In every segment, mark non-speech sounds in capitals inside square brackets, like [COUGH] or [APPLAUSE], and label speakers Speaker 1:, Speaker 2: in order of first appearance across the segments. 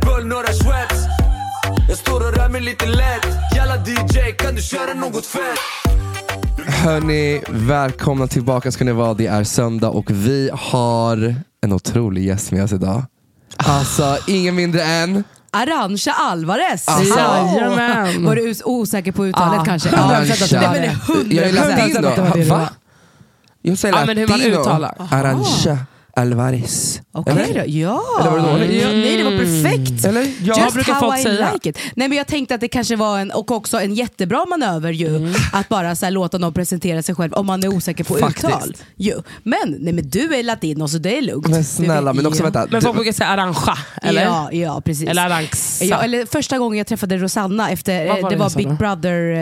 Speaker 1: Bull, några Schweppes Jag står och rör mig lite lätt Jalla DJ, kan du köra något fett?
Speaker 2: Hörni, välkomna tillbaka ska ni vara. Det är söndag och vi har en otrolig gäst med oss idag. Alltså, ingen mindre än...
Speaker 3: Arantxa Alvarez.
Speaker 2: Alltså.
Speaker 3: Jajamän. Var du os- osäker på uttalet kanske?
Speaker 2: Arantxa.
Speaker 3: Nej, men det är
Speaker 2: Ah,
Speaker 3: hundra
Speaker 2: Jag är
Speaker 3: procent
Speaker 2: latin
Speaker 3: att det var
Speaker 2: då.
Speaker 3: det.
Speaker 2: Va? Jag säger
Speaker 4: Ja, men hur man uttalar.
Speaker 2: Arantxa Alvarez.
Speaker 3: Okej
Speaker 2: Eller?
Speaker 3: då, ja.
Speaker 2: Eller var det dåligt?
Speaker 3: Ja, Nej det var perfekt.
Speaker 2: Eller? Ja.
Speaker 3: Just
Speaker 4: brukar
Speaker 3: how
Speaker 4: folk
Speaker 3: I
Speaker 4: säga.
Speaker 3: like it. Nej men jag tänkte att det kanske var en, och också en jättebra manöver ju,
Speaker 2: Mm.
Speaker 3: att bara så här, låta någon presentera sig själv om man är osäker på
Speaker 2: Faktiskt.
Speaker 3: uttal. Ju. Men, nej, men du är latino så det är lugnt.
Speaker 2: Men snälla, men också
Speaker 3: ja.
Speaker 2: vänta. du-
Speaker 4: Men folk brukar säga arrangea, eller?
Speaker 3: Ja, ja precis.
Speaker 4: Eller aranxa.
Speaker 3: Ja, eller första gången jag träffade Rosanna, efter,
Speaker 4: Vad var
Speaker 3: det
Speaker 4: det
Speaker 3: var
Speaker 4: jag sa
Speaker 3: Big
Speaker 4: då?
Speaker 3: Brother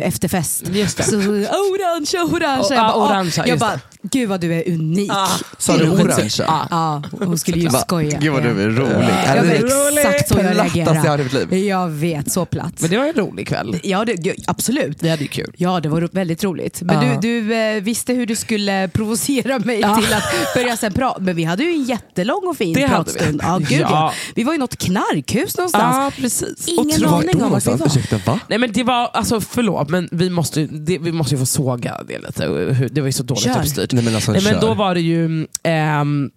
Speaker 3: eh, efterfest.
Speaker 4: Just det.
Speaker 3: Så, så, orange, orange.
Speaker 4: Och-
Speaker 3: jag
Speaker 4: ja,
Speaker 3: bara, "Åh."
Speaker 4: orange,
Speaker 3: jag
Speaker 4: just Ah,
Speaker 3: bara gud vad du är unik.
Speaker 2: Sa du orangea?
Speaker 4: Ja.
Speaker 3: Ja, hon skulle ju
Speaker 2: Va?
Speaker 3: skoja.
Speaker 2: Gud vad du är liksom- rolig.
Speaker 3: Jag vet
Speaker 4: Rolig.
Speaker 3: exakt så jag
Speaker 2: Plattaste jag har i mitt
Speaker 3: reagerar.
Speaker 2: liv.
Speaker 3: Jag vet, så platt.
Speaker 4: Men det var en rolig kväll.
Speaker 3: Ja, det, ja, absolut.
Speaker 4: Vi hade ju kul.
Speaker 3: Ja, det var ro- väldigt roligt. Men
Speaker 4: Ja.
Speaker 3: du, du eh, visste hur du skulle [LAUGHS] provocera mig till att börja sen prata. Men vi hade ju en jättelång och fin
Speaker 4: Det hade vi.
Speaker 3: pratstund. Ja, gud, ja.
Speaker 4: Ja.
Speaker 3: Vi var i något knarkhus någonstans.
Speaker 4: Ja, precis.
Speaker 3: Ingen
Speaker 4: Otroligt.
Speaker 3: aning om vart vi var.
Speaker 2: Ursäkta, va?
Speaker 4: Nej men det var, alltså förlåt, men vi måste, ju- det, vi måste ju få såga det lite. och hur- Det var ju så dåligt
Speaker 3: Kör.
Speaker 4: uppstyrt.
Speaker 2: Nej men alltså,
Speaker 4: Nej, men
Speaker 2: kör.
Speaker 4: då var det ju, ehm,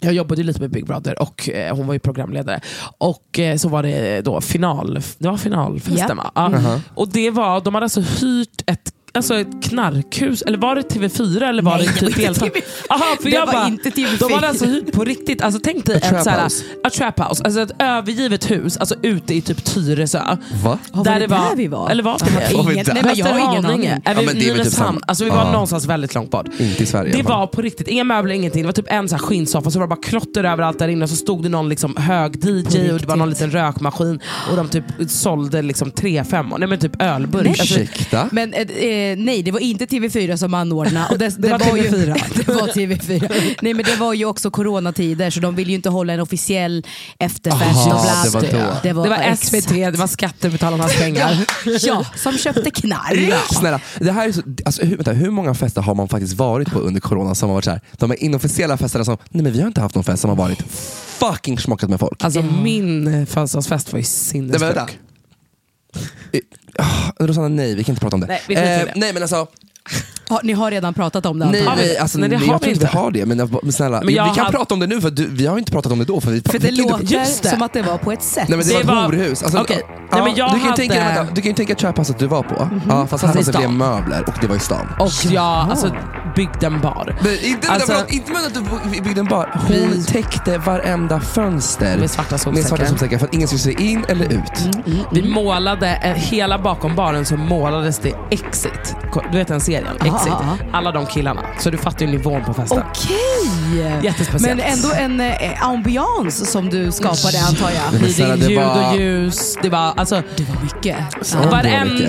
Speaker 4: jag jobbade ju lite med Big Brother och eh, hon var ju programledare. Och eh, så var det då final, det var finalfesten va? Ja.
Speaker 2: Mm. Uh-huh.
Speaker 4: Och det var, de hade alltså hyrt ett Alltså ett knarkhus, eller var det TV4 eller var
Speaker 3: Nej,
Speaker 4: det
Speaker 3: det var
Speaker 4: typ
Speaker 3: inte
Speaker 4: deltagare?
Speaker 3: TV4.
Speaker 4: Aha, för
Speaker 3: Det
Speaker 4: jag
Speaker 3: var
Speaker 4: bara,
Speaker 3: inte TV4.
Speaker 4: De hade alltså hyrt på riktigt, alltså tänk dig
Speaker 2: A
Speaker 4: ett
Speaker 2: trap
Speaker 4: såhär,
Speaker 2: house.
Speaker 4: a trap house, alltså ett övergivet hus, alltså ute i typ Tyresö.
Speaker 2: Va?
Speaker 3: Ja, var det där vi var?
Speaker 4: Eller var vi det?
Speaker 2: Var vi
Speaker 3: Ingen,
Speaker 2: där?
Speaker 3: nej, men jag har ingen aning.
Speaker 4: Är
Speaker 2: Ja, men
Speaker 4: vi
Speaker 2: det är väl typ
Speaker 4: Nynäshamn?
Speaker 2: samma.
Speaker 4: alltså vi var
Speaker 2: Ja.
Speaker 4: någonstans väldigt långt bort.
Speaker 2: Inte i Sverige.
Speaker 4: Det
Speaker 2: va?
Speaker 4: var på riktigt, inga möbler, ingenting. Det var typ en så här skinnsoffa, så var det bara klotter överallt där inne. Och så stod det någon liksom hög DJ och det var någon liten rökmaskin. Och de typ sålde liksom tre femmor, nej men typ ölburk.
Speaker 3: Nej,
Speaker 4: Alltså,
Speaker 2: Ursäkta?
Speaker 3: Men eh, eh, nej, det var inte TV4 som anordnade. Och det, det,
Speaker 4: var
Speaker 3: ju-
Speaker 4: TV4.
Speaker 3: [LAUGHS] det var TV4. Nej men det var ju också coronatider så de ville ju inte hålla en officiell efterfest.
Speaker 2: Aha, det
Speaker 3: och bla,
Speaker 2: var
Speaker 3: bla, bla.
Speaker 2: då.
Speaker 3: det var,
Speaker 4: det var
Speaker 3: exakt.
Speaker 4: SVT, det var skattebetalarnas pengar.
Speaker 3: [LAUGHS] Ja, som köpte knark.
Speaker 2: [LAUGHS] Snälla, det här är så, alltså, hur, vänta, hur många fester har man faktiskt varit på under corona som har varit så här? De här inofficiella festerna som, nej men vi har inte haft någon fest som har varit fucking smockat med folk.
Speaker 4: Alltså min födelsedagsfest var ju
Speaker 2: Nej, men vänta.
Speaker 4: sinnessjuk.
Speaker 2: Eh, ah, Rosanna, nej vi kan inte prata om det.
Speaker 4: Nej, vi skiter i det.
Speaker 2: nej men alltså,
Speaker 3: Har- Ni har redan pratat om det
Speaker 2: nej,
Speaker 3: antagligen.
Speaker 4: vi-
Speaker 2: nej, alltså
Speaker 4: nej, det
Speaker 2: nej,
Speaker 4: har
Speaker 2: jag
Speaker 4: vi
Speaker 2: tror inte vi
Speaker 4: inte.
Speaker 2: har det. Men, jag- men snälla,
Speaker 4: Men
Speaker 2: vi-
Speaker 4: jag
Speaker 2: vi kan
Speaker 4: har-
Speaker 2: prata om det nu för du, vi har inte pratat om det då. För, vi,
Speaker 3: För det
Speaker 2: vi kan inte-
Speaker 3: låter
Speaker 4: typ- Just det.
Speaker 3: som att det var på ett sätt.
Speaker 2: Nej men det,
Speaker 4: Det
Speaker 2: var
Speaker 4: var-
Speaker 2: ett horhus. Alltså,
Speaker 4: Okej.
Speaker 2: ja,
Speaker 4: Nej, men jag
Speaker 2: du, kan ju
Speaker 4: hade- Mhm.
Speaker 2: tänka, dig- vänta, du kan ju tänka traphouset du var på. Ja, fast här
Speaker 4: Fast i
Speaker 2: fanns det fler
Speaker 4: stan.
Speaker 2: möbler och det var i stan.
Speaker 4: Och jag alltså, byggde en bar.
Speaker 2: Nej, inte,
Speaker 4: Alltså-
Speaker 2: alltså, inte med att du byggde en bar. Hon
Speaker 4: Precis.
Speaker 2: täckte varenda fönster
Speaker 4: Med svarta
Speaker 2: med svarta
Speaker 4: solsäckar.
Speaker 2: solsäckar för att ingen skulle se in eller ut.
Speaker 4: mm, Vi målade, eh, hela bakom baren så målades det Exit. Ko- Du vet den serien? Exit.
Speaker 3: ja,
Speaker 4: Alla de killarna. Så du fattar ju nivån på festen.
Speaker 3: Okej!
Speaker 4: Jättespeciellt.
Speaker 3: Men ändå en eh, ambiance som du skapade antar jag.
Speaker 2: men
Speaker 4: Hyrde
Speaker 2: snälla,
Speaker 4: in
Speaker 2: det
Speaker 4: ljud
Speaker 2: var-
Speaker 4: och ljus. Det var alltså
Speaker 3: Det var mycket.
Speaker 2: Ja, det var mycket.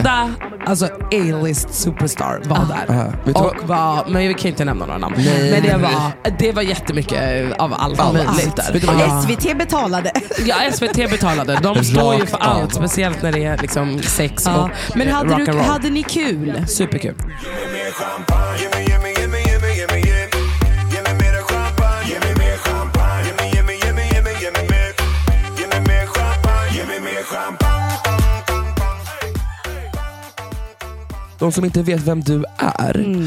Speaker 4: varenda alltså A-list superstar var där.
Speaker 2: Ah, vet du
Speaker 4: och var, men vi kan inte nämna några namn.
Speaker 2: Nej.
Speaker 4: Men det var, det var jättemycket av allt
Speaker 2: Av
Speaker 4: möjligt
Speaker 2: allt. Vet
Speaker 4: där.
Speaker 2: du vad-
Speaker 4: Ja.
Speaker 3: SVT betalade.
Speaker 4: Ja, SVT betalade. De står ju för
Speaker 2: Rakt av.
Speaker 4: allt, speciellt när det är liksom sex
Speaker 3: Ja.
Speaker 4: och
Speaker 3: Men
Speaker 4: eh,
Speaker 3: hade, du,
Speaker 4: rock'n'roll.
Speaker 3: hade ni kul?
Speaker 4: Superkul.
Speaker 2: De som inte vet vem du är.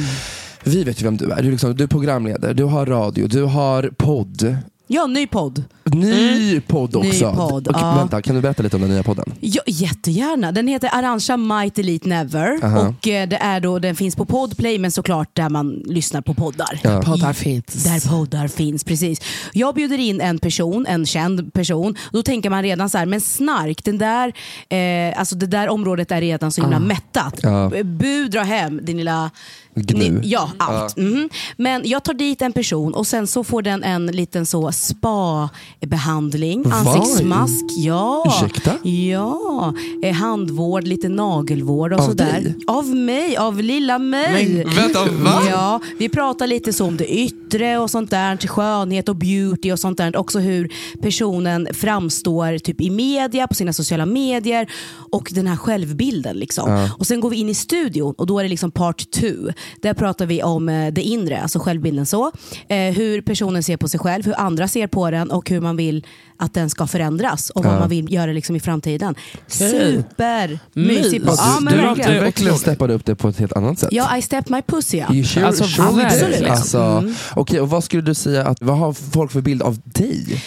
Speaker 2: Vi vet ju vem du är. Du är, liksom, du är programledare, du har radio, du har podd.
Speaker 3: Ja, ny podd.
Speaker 2: Ny podd
Speaker 3: Ny
Speaker 2: också.
Speaker 3: podd,
Speaker 2: Okej,
Speaker 3: ja.
Speaker 2: Vänta, kan du berätta lite om den nya podden?
Speaker 3: Ja, jättegärna. Den heter Arantxa Might Elite Never
Speaker 2: Aha.
Speaker 3: och eh, det är då, den finns på Podplay men såklart där man lyssnar på poddar.
Speaker 2: Ja.
Speaker 4: Poddar finns.
Speaker 3: Där poddar finns, precis. Jag bjuder in en person, en känd person. Då tänker man redan så här, men snark, den där, eh, alltså det där området är redan så himla mättat.
Speaker 2: Ah. Ja.
Speaker 3: Bu, dra hem din lilla...
Speaker 2: Gnu.
Speaker 3: Ni- ja, allt. Mhm. Men jag tar dit en person och sen så får den en liten så spa-behandling. Ansiktsmask, ja.
Speaker 2: Ursäkta?
Speaker 3: Ja, eh, handvård, lite nagelvård och
Speaker 2: Av
Speaker 3: sådär.
Speaker 2: dig?
Speaker 3: Av mig, av lilla mig.
Speaker 2: Men vänta, va?
Speaker 3: Ja, vi pratar lite så om det yttre och sånt där, till skönhet och beauty och sånt där. Också hur personen framstår typ i media, på sina sociala medier och den här självbilden. Liksom. Och sen går vi in i studion och då är det liksom part two. Där pratar vi om eh, det inre, alltså självbilden så. Eh, hur personen ser på sig själv, hur andra ser på den och hur man vill att den ska förändras och vad man vill göra liksom i framtiden. Supermysig
Speaker 4: Mys.
Speaker 3: podd. Ja, men
Speaker 2: Alltså, du
Speaker 4: Du verkligen.
Speaker 2: du
Speaker 3: verkligen.
Speaker 2: verkligen steppade upp det på ett helt annat sätt.
Speaker 3: Ja, I step my pussy ja.
Speaker 2: You sure,
Speaker 4: Alltså,
Speaker 2: sure did.
Speaker 4: verkligen.
Speaker 2: Alltså, Okej, och vad skulle du säga, att, vad har folk för bild av dig?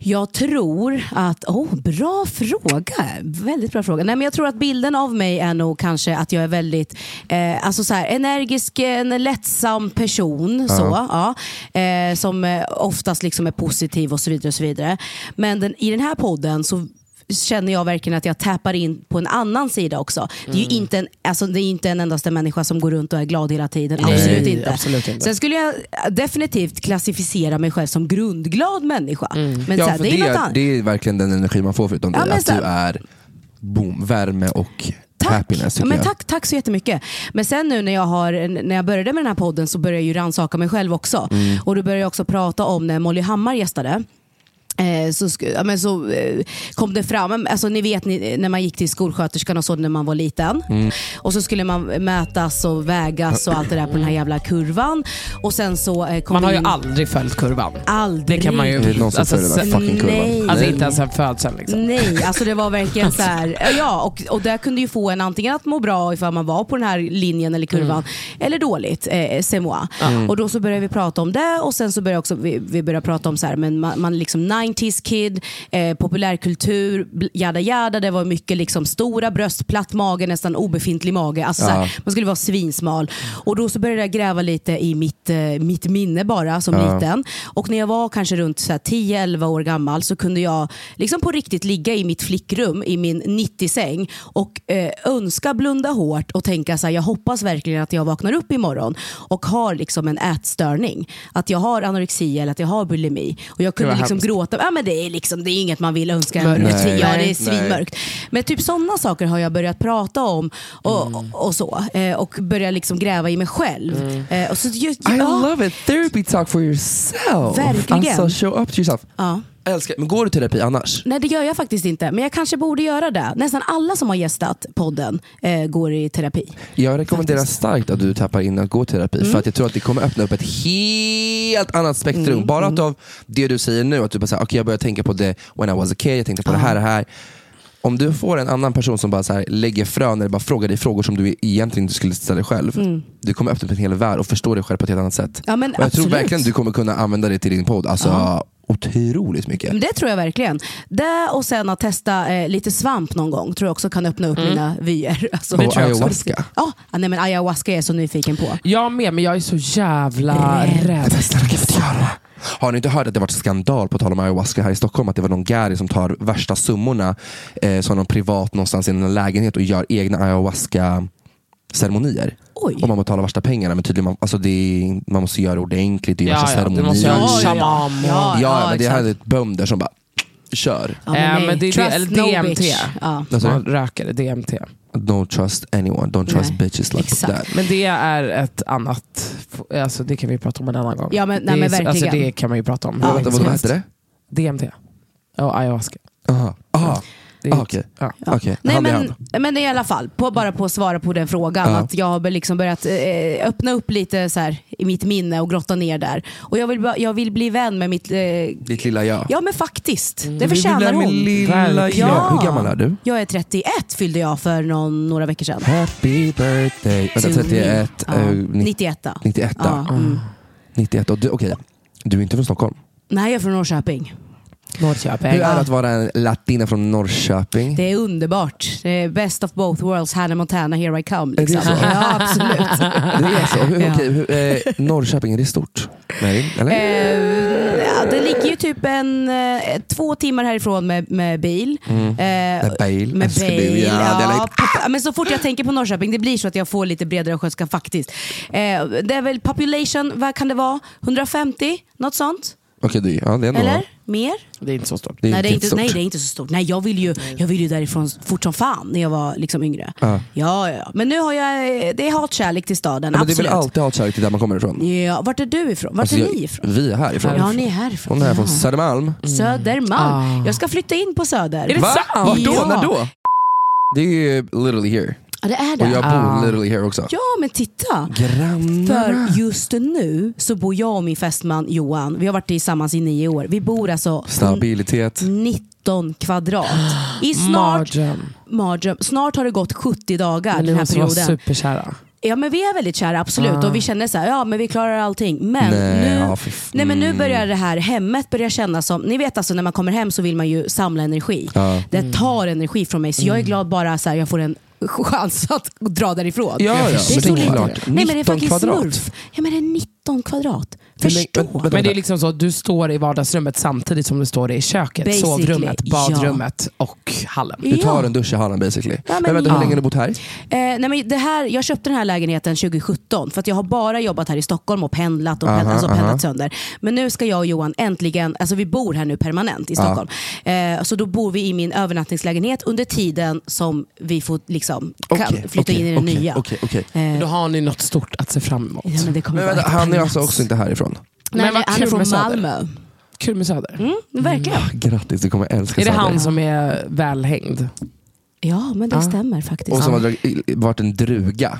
Speaker 3: Jag tror att, oh, bra fråga. Väldigt bra fråga. Nej, men jag tror att bilden av mig är nog kanske att jag är väldigt eh, alltså så här, energisk, en lättsam person. Så, ja, eh, som eh, oftast liksom är positiv och så vidare. Och så vidare. Men den, i den här podden så känner jag verkligen att jag tappar in på en annan sida också. Det
Speaker 4: Mm.
Speaker 3: är ju inte en, alltså det är inte en endaste människa som går runt och är glad hela tiden. absolut, inte.
Speaker 4: absolut inte.
Speaker 3: Sen skulle jag definitivt klassificera mig själv som grundglad människa.
Speaker 4: Mm.
Speaker 3: Men så här,
Speaker 2: för
Speaker 3: det är något annat.
Speaker 2: det är verkligen den energi man får förutom
Speaker 3: Ja,
Speaker 2: dig.
Speaker 3: men
Speaker 2: Att
Speaker 3: så-
Speaker 2: du är boom, värme och
Speaker 3: Tack.
Speaker 2: happiness.
Speaker 3: Ja,
Speaker 2: tycker
Speaker 3: men
Speaker 2: jag.
Speaker 3: tack, tack så jättemycket. Men sen nu när jag, har, när jag började med den här podden så började jag ju rannsaka mig själv också.
Speaker 2: Mm.
Speaker 3: Och då började jag också prata om när Molly Hammar gästade. Eh, så, sk- ja, men så eh, kom det fram, alltså, ni vet ni, när man gick till skolsköterskan och så när man var liten.
Speaker 2: Mm.
Speaker 3: Och så skulle man mätas och vägas och allt det där på den här jävla kurvan. Och sen så eh, kom
Speaker 4: Man har
Speaker 3: det
Speaker 4: ju
Speaker 3: in,
Speaker 4: aldrig följt kurvan.
Speaker 3: aldrig
Speaker 4: Det kan man ju...
Speaker 2: Det är någon som följer den
Speaker 4: Alltså, sen-
Speaker 2: där fucking kurvan.
Speaker 3: Nej.
Speaker 4: alltså inte ens sen födseln. Liksom.
Speaker 3: Nej, alltså det var verkligen så här. Ja, och, och där kunde ju få en antingen att må bra ifall man var på den här linjen eller kurvan, eller dåligt, eh, c'est moi. Och då så började vi prata om det och sen så började också, vi, vi började prata om så här, men man, man liksom 90s kid, eh, populärkultur, bl- jada jada, det var mycket liksom stora bröst, platt mage, nästan obefintlig mage. Alltså så här, man skulle vara svinsmal. Och då så började jag gräva lite i mitt, eh, mitt minne bara som liten. Och när jag var kanske runt så här 10-11 år gammal så kunde jag liksom på riktigt ligga i mitt flickrum i min 90-säng och eh, önska blunda hårt och tänka så här, jag hoppas verkligen att jag vaknar upp imorgon och har liksom en ätstörning. Att jag har anorexi eller att jag har bulimi. Och jag kunde
Speaker 4: vad
Speaker 3: liksom
Speaker 4: hemskt.
Speaker 3: gråta. Ja, men det, är liksom, det är inget man vill önska.
Speaker 4: Mörkt.
Speaker 3: en tio, ja, det är
Speaker 4: Nej.
Speaker 3: svinmörkt. Men typ sådana saker har jag börjat prata om och,
Speaker 4: Mm.
Speaker 3: och, och så. Eh, och börjat liksom gräva i mig själv. Eh, och så, just,
Speaker 2: I
Speaker 3: ja,
Speaker 2: love it! Therapy talk for yourself!
Speaker 3: Verkligen.
Speaker 2: Alltså show up to yourself.
Speaker 3: Ja.
Speaker 2: Jag älskar Men går du till terapi annars?
Speaker 3: Nej det gör jag faktiskt inte, men jag kanske borde göra det. Nästan alla som har gästat podden eh, går i terapi.
Speaker 2: Jag rekommenderar starkt att du tappar in att gå i terapi
Speaker 3: Mm.
Speaker 2: för att jag tror att det kommer öppna upp ett helt annat spektrum.
Speaker 3: Mm,
Speaker 2: Bara att av det du säger nu, att du bara säger, okay, jag börjar tänka på det when I was a kid, jag tänkte på det här och det här. Om du får en annan person som bara så här lägger frön eller bara frågar dig frågor som du egentligen inte skulle ställa dig själv. Du kommer öppna upp en hel värld och förstå dig själv på ett helt annat sätt.
Speaker 3: Mm. Ja, men
Speaker 2: och jag
Speaker 3: absolut.
Speaker 2: tror verkligen du kommer kunna använda det till din podd. Alltså, Otroligt mycket.
Speaker 3: Men det tror jag verkligen. Det och sen att testa eh, lite svamp någon gång tror jag också kan öppna
Speaker 4: Mm.
Speaker 3: upp mina vyer. [LAUGHS] Alltså,
Speaker 2: Det tror jag också. ayahuasca.
Speaker 3: Ja, ah, nej, men ayahuasca är jag så nyfiken på.
Speaker 4: Jag med, men jag är så jävla
Speaker 3: Rädd.
Speaker 4: rädd.
Speaker 2: Men snälla, kan vi inte göra det? Har ni inte hört att det varit skandal på tal om ayahuasca här i Stockholm? Att det var någon Gary som tar värsta summorna eh, som någon privat någonstans i en lägenhet och gör egna ayahuasca ceremonier.
Speaker 3: Oj.
Speaker 2: Och man betalar värsta pengarna. Men tydligen man, alltså det är, man måste göra ordentligt, det görs
Speaker 4: Ja,
Speaker 2: en
Speaker 4: ja, du
Speaker 2: ceremoni.
Speaker 4: måste göra en
Speaker 3: Ja, ja.
Speaker 4: shaman.
Speaker 3: Ja,
Speaker 2: Ja,
Speaker 3: ja,
Speaker 2: men det här är bönder som bara Kör.
Speaker 3: Ja, men
Speaker 4: Eh,
Speaker 3: nej.
Speaker 4: men det är det-
Speaker 3: Trust
Speaker 4: eller
Speaker 3: no
Speaker 4: DMT.
Speaker 3: bitch. Ja.
Speaker 2: Vad sa du?
Speaker 4: Man röker DMT.
Speaker 2: Don't trust anyone, don't trust
Speaker 3: Nej,
Speaker 2: bitches like
Speaker 3: exakt.
Speaker 2: that.
Speaker 4: Men det är ett annat... Alltså det kan vi prata om en annan gång.
Speaker 3: Ja, men- nej,
Speaker 4: det,
Speaker 3: men
Speaker 4: är- alltså,
Speaker 3: verkligen.
Speaker 4: det kan man ju prata om. Liksom hur
Speaker 2: Men
Speaker 4: länge
Speaker 2: Vänta,
Speaker 4: som
Speaker 2: vad
Speaker 4: helst.
Speaker 2: hette det?
Speaker 4: DMT. Och ayahuasca.
Speaker 2: Aha. Aha.
Speaker 4: Det är
Speaker 2: Ah,
Speaker 4: ju-
Speaker 2: okej.
Speaker 4: ja.
Speaker 3: Ja.
Speaker 2: Okej,
Speaker 3: Nej,
Speaker 2: hand i
Speaker 3: men,
Speaker 2: hand.
Speaker 3: men i alla fall, på, bara på att svara på den frågan.
Speaker 2: Ja.
Speaker 3: Att jag har liksom börjat eh, öppna upp lite så här, i mitt minne och grotta ner där. Och jag vill, bara- jag vill bli vän med mitt... Eh,
Speaker 2: Ditt lilla jag.
Speaker 3: ja men faktiskt, det
Speaker 2: Mm, Du vill
Speaker 3: förtjänar
Speaker 2: bli min
Speaker 3: hon.
Speaker 2: lilla
Speaker 4: Verkligen.
Speaker 2: jag. Hur gammal är du?
Speaker 3: Jag är 31 fyllde jag för någon, några veckor sedan.
Speaker 2: Happy birthday. Vänta,
Speaker 3: To
Speaker 2: 31,
Speaker 3: me. Ja,
Speaker 2: eh, nitt-
Speaker 3: 91. då.
Speaker 2: 91.
Speaker 3: Ja, mm.
Speaker 2: 91. Och du- Okej, du är inte från Stockholm.
Speaker 3: Nej, jag är från Norrköping.
Speaker 4: Norrköping.
Speaker 2: Hur är det att vara en latina från Norrköping?
Speaker 3: Det är underbart. Det är best of both worlds. Hannah Montana, here I come.
Speaker 2: det
Speaker 3: Liksom.
Speaker 2: så?
Speaker 3: Ja,
Speaker 2: [LAUGHS]
Speaker 3: absolut.
Speaker 2: Det är så. Hur,
Speaker 3: [LAUGHS] Ja.
Speaker 2: okej, hur, eh, Norrköping, är det stort? Nej, eller?
Speaker 3: Eh, ja, det ligger ju typ en, eh, två timmar härifrån med, med bil. Eh,
Speaker 2: Mm. Med bil,
Speaker 3: med
Speaker 2: Österby,
Speaker 3: bil.
Speaker 2: ja,
Speaker 3: Ja,
Speaker 2: dialekt.
Speaker 3: pop- men så fort jag tänker på Norrköping, det blir så att jag får lite bredare östgötska faktiskt. Eh, det är väl population, vad kan det vara? 150? Något sånt?
Speaker 2: Okej, det, ja, det är nog...
Speaker 3: Eller? Mer?
Speaker 4: Det är inte så stort.
Speaker 2: Det är
Speaker 3: nej, det är inte,
Speaker 2: stort.
Speaker 3: nej, det är inte så stort. Nej, jag ville ju, jag vill ju därifrån fort som fan när jag var liksom yngre.
Speaker 2: Ja.
Speaker 3: Ja, ja. Men nu har jag, eh, det är hatkärlek till staden,
Speaker 2: Men det är
Speaker 3: absolut.
Speaker 2: väl alltid hatkärlek till där man kommer ifrån?
Speaker 3: Ja, vart är du ifrån? Vart
Speaker 2: Alltså,
Speaker 3: är
Speaker 2: jag-
Speaker 3: ni ifrån?
Speaker 2: Vi är härifrån.
Speaker 3: Ja, ni är härifrån.
Speaker 2: Hon är från
Speaker 3: Ja.
Speaker 2: Södermalm.
Speaker 3: Södermalm. Jag ska flytta in på Söder.
Speaker 4: Mm. Ah. Är det
Speaker 2: Va?
Speaker 4: sant?
Speaker 2: Vart då?
Speaker 3: Ja.
Speaker 2: När då? Det är ju literally here.
Speaker 3: Ja, det är
Speaker 2: Och
Speaker 3: det.
Speaker 2: jag bor literally here också.
Speaker 3: Ja, men titta.
Speaker 2: Grannar.
Speaker 3: För just nu så bor jag och min fästman Johan, vi har varit tillsammans i nio år. Vi bor alltså
Speaker 2: Stabilitet.
Speaker 4: Mm.
Speaker 3: 19 kvadrat. I snart,
Speaker 4: [GASPS] Mardröm.
Speaker 3: Mardröm. snart har det gått 70 dagar
Speaker 4: Men
Speaker 3: den
Speaker 4: ni
Speaker 3: här
Speaker 4: måste vara
Speaker 3: perioden.
Speaker 4: superkära.
Speaker 3: Ja men vi är väldigt kära, absolut. Och vi känner så här, ja men vi klarar allting. Men,
Speaker 2: Ah. Nej,
Speaker 3: nu,
Speaker 2: ja, för f- mm.
Speaker 3: nej, men nu börjar det här hemmet börjar kännas som, ni vet alltså när man kommer hem så vill man ju samla energi.
Speaker 2: Ja. Mm.
Speaker 3: Det tar energi från mig så jag är glad bara så här, jag får en chans att dra därifrån.
Speaker 2: Ja, ja,
Speaker 3: det är
Speaker 2: men
Speaker 3: så
Speaker 2: det är
Speaker 3: lite.
Speaker 2: klart.
Speaker 3: Nej men det är
Speaker 2: 19
Speaker 3: fucking
Speaker 2: kvadrat.
Speaker 3: smurf. Ja men det är 19 kvadrat.
Speaker 2: Men nej,
Speaker 3: Förstå.
Speaker 2: vänta, vänta,
Speaker 4: Men det är liksom så att du står i vardagsrummet samtidigt som du står i köket,
Speaker 3: Basically,
Speaker 4: sovrummet,
Speaker 3: ja.
Speaker 4: badrummet och hallen.
Speaker 2: Du tar
Speaker 3: Ja.
Speaker 2: en dusch i hallen basically.
Speaker 3: Ja, men
Speaker 2: men vänta, hur
Speaker 3: ja.
Speaker 2: länge har du bott här?
Speaker 3: Eh, nej men det här, jag köpte den här lägenheten 2017 för att jag har bara jobbat här i Stockholm och pendlat och pendlat,
Speaker 2: Aha,
Speaker 3: alltså
Speaker 2: aha.
Speaker 3: pendlat sönder. Men nu ska jag och Johan äntligen, alltså vi bor här nu permanent i Stockholm. Eh, så då bor vi i min övernattningslägenhet under tiden som vi får liksom, kan flytta in i den
Speaker 2: okej,
Speaker 3: nya. Eh,
Speaker 2: Okej, okej.
Speaker 4: Då har ni något stort att se fram emot.
Speaker 3: Ja, men det kommer
Speaker 2: Eh. Men
Speaker 3: vara
Speaker 2: vänta, han är alltså
Speaker 3: kalas.
Speaker 2: också inte härifrån?
Speaker 3: Nej,
Speaker 4: Men vad
Speaker 3: han är
Speaker 4: kul
Speaker 3: från
Speaker 4: med Söder.
Speaker 3: Malmö.
Speaker 4: Kul med Söder.
Speaker 3: Mm, verkligen.
Speaker 2: Ah, Grattis, du kommer älska
Speaker 4: Är det
Speaker 2: Söder.
Speaker 4: han som är välhängd?
Speaker 3: Ja men det stämmer faktiskt.
Speaker 2: Och som har dragit- varit en druga.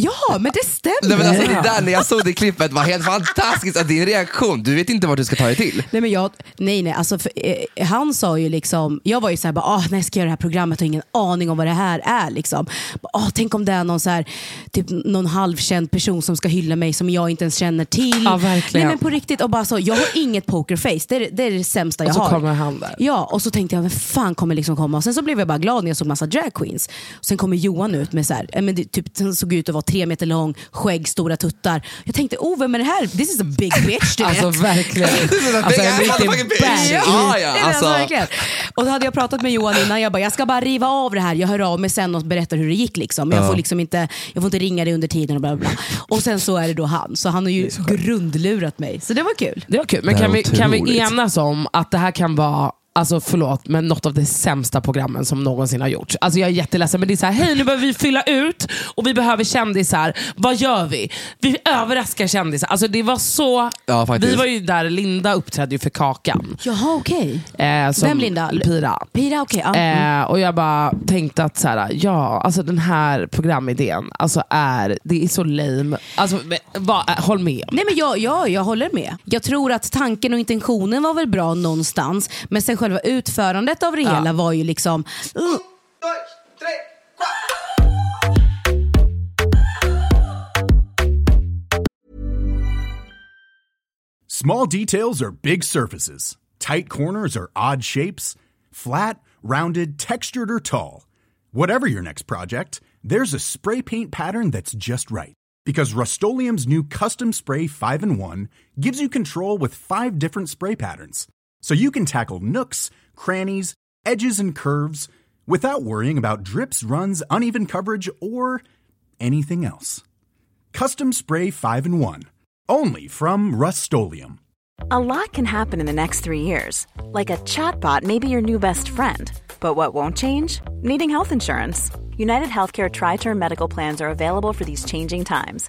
Speaker 3: Ja men det
Speaker 2: Nej, men
Speaker 3: stämmer.
Speaker 2: alltså, det där när jag såg det klippet var helt fantastiskt. Alltså, Att din reaktion, du vet inte vart du ska ta dig till.
Speaker 3: Nej, men jag, nej, nej. Alltså, för, eh, han sa ju liksom, jag var ju såhär, bara, ah, nej, ska jag göra det här programmet och ingen aning om vad det här är. Liksom. Bara, Ah, tänk om det är någon, så här, typ, någon halvkänd person som ska hylla mig som jag inte ens känner till.
Speaker 4: Ja, verkligen.
Speaker 3: Nej, men på riktigt, och bara så, jag har inget pokerface, det är det, är det sämsta jag
Speaker 4: Och så
Speaker 3: har.
Speaker 4: kommer han där.
Speaker 3: Ja, och så tänkte jag, vem fan kommer liksom komma? Och sen så blev jag bara glad när jag såg massa drag queens. Sen kommer Johan ut med så här, eh, men det, typ, han såg ut att vara tre meter lång, skägg, stora tuttar. Jag tänkte, oh vem är det här? This is a big bitch du vet.
Speaker 2: [LAUGHS]
Speaker 4: Alltså verkligen.
Speaker 2: Big
Speaker 4: Alltså, en
Speaker 2: ass
Speaker 4: riktig
Speaker 2: motherfucking bitch.
Speaker 4: bad.
Speaker 2: Ja,
Speaker 3: Ja,
Speaker 2: ja,
Speaker 3: det är alltså.
Speaker 2: alltså.
Speaker 3: verkligen. Och då hade jag pratat med Johan innan, jag bara, jag ska bara riva av det här, jag hör av mig sen och berättar hur det gick. Liksom. Jag, får liksom inte, jag får inte ringa dig under tiden och bla bla bla. Och sen så är det då han, så han har ju grundlurat mig. Så det var kul.
Speaker 4: Det var kul. Men
Speaker 2: Det
Speaker 4: kan
Speaker 2: är
Speaker 4: vi, kan vi
Speaker 2: otroligt.
Speaker 4: enas om att det här kan vara Alltså förlåt, men något av de sämsta programmen som någonsin har gjorts. Alltså jag är jätteledsen, men det är så här, hej nu behöver vi fylla ut och vi behöver kändisar. Vad gör vi? Vi överraskar kändisar. Alltså det var så...
Speaker 2: Ja, faktiskt.
Speaker 4: vi var ju där, Linda uppträdde ju för Kakan.
Speaker 3: Jaha okej.
Speaker 4: Eh, som
Speaker 3: Vem Linda?
Speaker 4: Pira.
Speaker 3: Pira okej. ja. Mm.
Speaker 4: Eh, och jag bara tänkte att så här, ja, alltså den här programidén alltså är, det är så lame. Alltså, men, vad- eh, håll med om
Speaker 3: Nej men jag, jag, jag håller med. Jag tror att tanken och intentionen var väl bra någonstans. Men sen själva utförandet av det hela var ju liksom... "Ugh,
Speaker 5: Small details are big surfaces. Tight corners are odd shapes. Flat, rounded, textured, or tall. Whatever your next project, there's a spray paint pattern that's just right. Because Rust new Custom Spray 5 in 1 gives you control with five different spray patterns. So you can tackle nooks, crannies, edges, and curves without worrying about drips, runs, uneven coverage, or anything else. Custom Spray 5 and 1. Only from Rust
Speaker 6: A lot can happen in the next three years. Like a chatbot may be your new best friend. But what won't change? Needing health insurance. United Healthcare Tri Term Medical Plans are available for these changing times.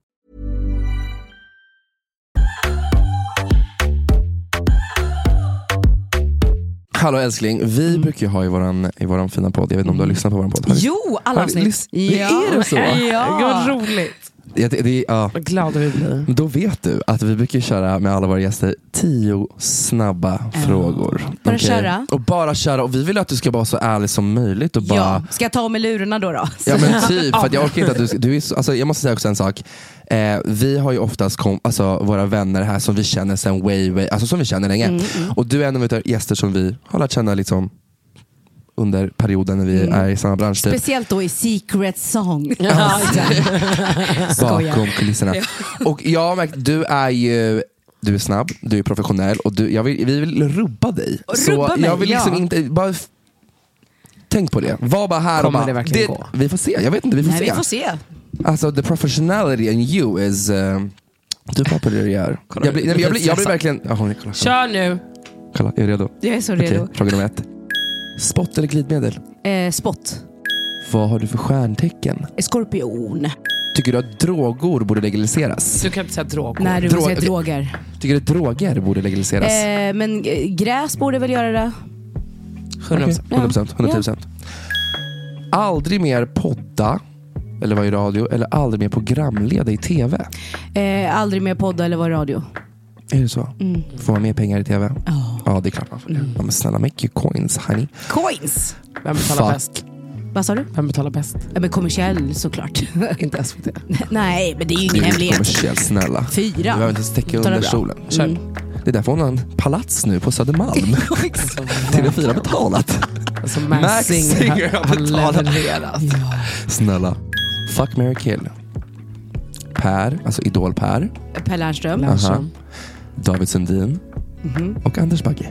Speaker 2: Hallå älskling, vi brukar ju ha i våran, i våran fina podd, jag vet inte om du har lyssnat på våran podd? Har du-
Speaker 3: Mm. Jo, alla
Speaker 2: har du
Speaker 3: avsnitt.
Speaker 2: lys- Är det så?
Speaker 3: [LAUGHS] Ja.
Speaker 4: Gud, vad roligt.
Speaker 2: Det, det, det, ja.
Speaker 4: Vad glad vi blir.
Speaker 2: Då vet du att vi brukar köra med alla våra gäster tio snabba frågor.
Speaker 3: Bara
Speaker 2: Okej?
Speaker 3: köra.
Speaker 2: Och bara köra. Och vi vill att du ska vara så ärlig som möjligt. Och bara,
Speaker 3: Ja. Ska jag ta med lurarna då? då?
Speaker 2: Ja
Speaker 3: [LAUGHS]
Speaker 2: men typ, för att jag orkar inte att du, ska- du är så, alltså, Jag måste säga också en sak. Eh, vi har ju oftast kom, alltså, våra vänner här som vi känner sen way, way, alltså som vi känner länge.
Speaker 3: Mm,
Speaker 2: Och du är en av de gäster som vi har lärt känna liksom, under perioden när vi
Speaker 3: Mm.
Speaker 2: är i samma bransch. Typ,
Speaker 3: Speciellt då i Secret Song. [LAUGHS]
Speaker 2: bakom kulisserna. Och jag har märkt, du är ju du är snabb, du är professionell och du, jag vill, vi vill rubba dig.
Speaker 3: Rubba
Speaker 2: så
Speaker 3: mig,
Speaker 2: jag vill liksom
Speaker 3: ja.
Speaker 2: inte, bara, f- tänk på det. Var bara här och
Speaker 4: Kommer
Speaker 2: bara,
Speaker 4: det verkligen gå?
Speaker 2: vi får se, jag vet inte, vi får
Speaker 3: Nej,
Speaker 2: se.
Speaker 3: vi får se.
Speaker 2: Alltså the professionality in you is... eh, du är bra på det du gör. jag, blir, nej, men jag, blir, jag blir verkligen... Ja, hon, kolla, kolla,
Speaker 4: Kör nu.
Speaker 2: kolla, är du redo?
Speaker 3: Jag är så
Speaker 2: Okej,
Speaker 3: redo.
Speaker 2: fråga nummer ett. Spott eller glidmedel?
Speaker 3: Eh, spot.
Speaker 2: Vad har du för stjärntecken?
Speaker 3: Skorpion.
Speaker 2: Tycker du att droger borde legaliseras?
Speaker 4: Du kan inte säga droger.
Speaker 3: Nej, du
Speaker 2: Drog-
Speaker 3: vill säga
Speaker 2: okej.
Speaker 3: droger.
Speaker 2: Tycker du att droger borde legaliseras?
Speaker 3: Eh, men eh, gräs borde väl göra det?
Speaker 4: 100%.
Speaker 2: Okej, 100%. 110%. Aldrig mer podda, eller vara i radio, eller aldrig mer programleda i TV.
Speaker 3: Eh, aldrig mer podda eller vara i radio.
Speaker 2: Är det så? Får man mer pengar i TV? Ja, det är klart man får det. Ja, men snälla, make your coins honey.
Speaker 3: Coins!
Speaker 4: Vem betalar
Speaker 2: Fuck.
Speaker 4: bäst?
Speaker 3: Vad sa du?
Speaker 4: Vem betalar bäst?
Speaker 3: Ja, men kommersiell såklart.
Speaker 4: Inte SVT.
Speaker 3: [LAUGHS] Nej, men det är ju
Speaker 2: Det är
Speaker 3: ingen
Speaker 2: inte
Speaker 3: hemlighet.
Speaker 2: kommersiellt, snälla.
Speaker 3: Fyra.
Speaker 2: Du behöver inte ens täcka
Speaker 3: Utan det är
Speaker 2: under
Speaker 3: bra.
Speaker 2: solen.
Speaker 4: Kör.
Speaker 2: Det är därför hon har en palats nu på Södermalm. [LAUGHS] TV4 har betalat.
Speaker 4: Alltså, Max,
Speaker 2: Max Singer
Speaker 4: Singer
Speaker 2: har
Speaker 4: har, har
Speaker 2: betalat.
Speaker 4: levererat.
Speaker 2: Snälla. Fuck, marry, kill. Per, alltså Idol-Per,
Speaker 3: Per Lernström. Ja,
Speaker 2: aha. David Sundin och Anders Bagge.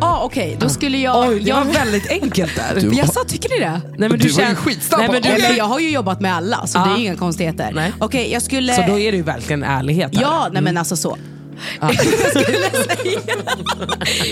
Speaker 3: ah, okej. Då skulle jag...
Speaker 4: Oj, det
Speaker 3: jag
Speaker 4: var väldigt enkelt där.
Speaker 2: Du-
Speaker 3: jag sa, tycker ni det?
Speaker 4: Nej, men du
Speaker 2: Du var ju
Speaker 4: känner-
Speaker 2: skitsnabb.
Speaker 4: Nej, men du,
Speaker 3: Nej, men jag har ju jobbat med alla, så det är ju inga konstigheter.
Speaker 4: Nej.
Speaker 3: Okej, jag skulle...
Speaker 4: Så då är det ju verkligen ärlighet. här.
Speaker 3: Ja, nej men alltså så. [LAUGHS] jag skulle säga,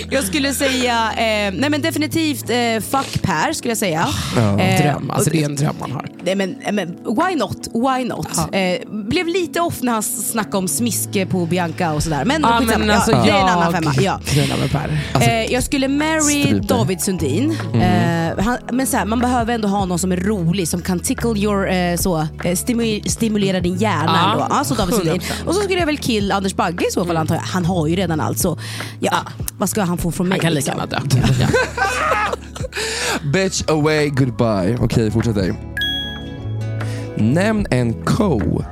Speaker 3: jag skulle säga eh, nej men definitivt eh, fuck Per skulle jag säga. Eh,
Speaker 4: Dröm. Alltså, det är en dröm man har.
Speaker 3: nej men, nej men, why not? Why not? Eh, blev lite off när han snackade om smiske på Bianca och sådär. Men,
Speaker 4: Ja,
Speaker 3: skitsamma.
Speaker 4: men alltså,
Speaker 3: ja, det är en
Speaker 4: jag
Speaker 3: annan femma. Ja.
Speaker 4: knullar med Per.
Speaker 3: eh, jag skulle marry
Speaker 2: stryper.
Speaker 3: David Sundin.
Speaker 4: Mm.
Speaker 3: Eh, han, men så här, man behöver ändå ha någon som är rolig, som kan tickle your, eh, så, eh, stimu- stimulera din hjärna.
Speaker 4: Ja,
Speaker 3: ändå. Ja, så David Sundin.
Speaker 4: 100%.
Speaker 3: Och så skulle jag väl kill Anders Bagge i så
Speaker 4: Mm.
Speaker 3: fall antar jag. Han har ju redan allt så ja, vad ska han få från mig?
Speaker 4: Ah. Han kan lika
Speaker 3: liksom?
Speaker 4: gärna dö. Ja.
Speaker 2: Bitch away, goodbye. Okej, fortsätt dig. Nämn en co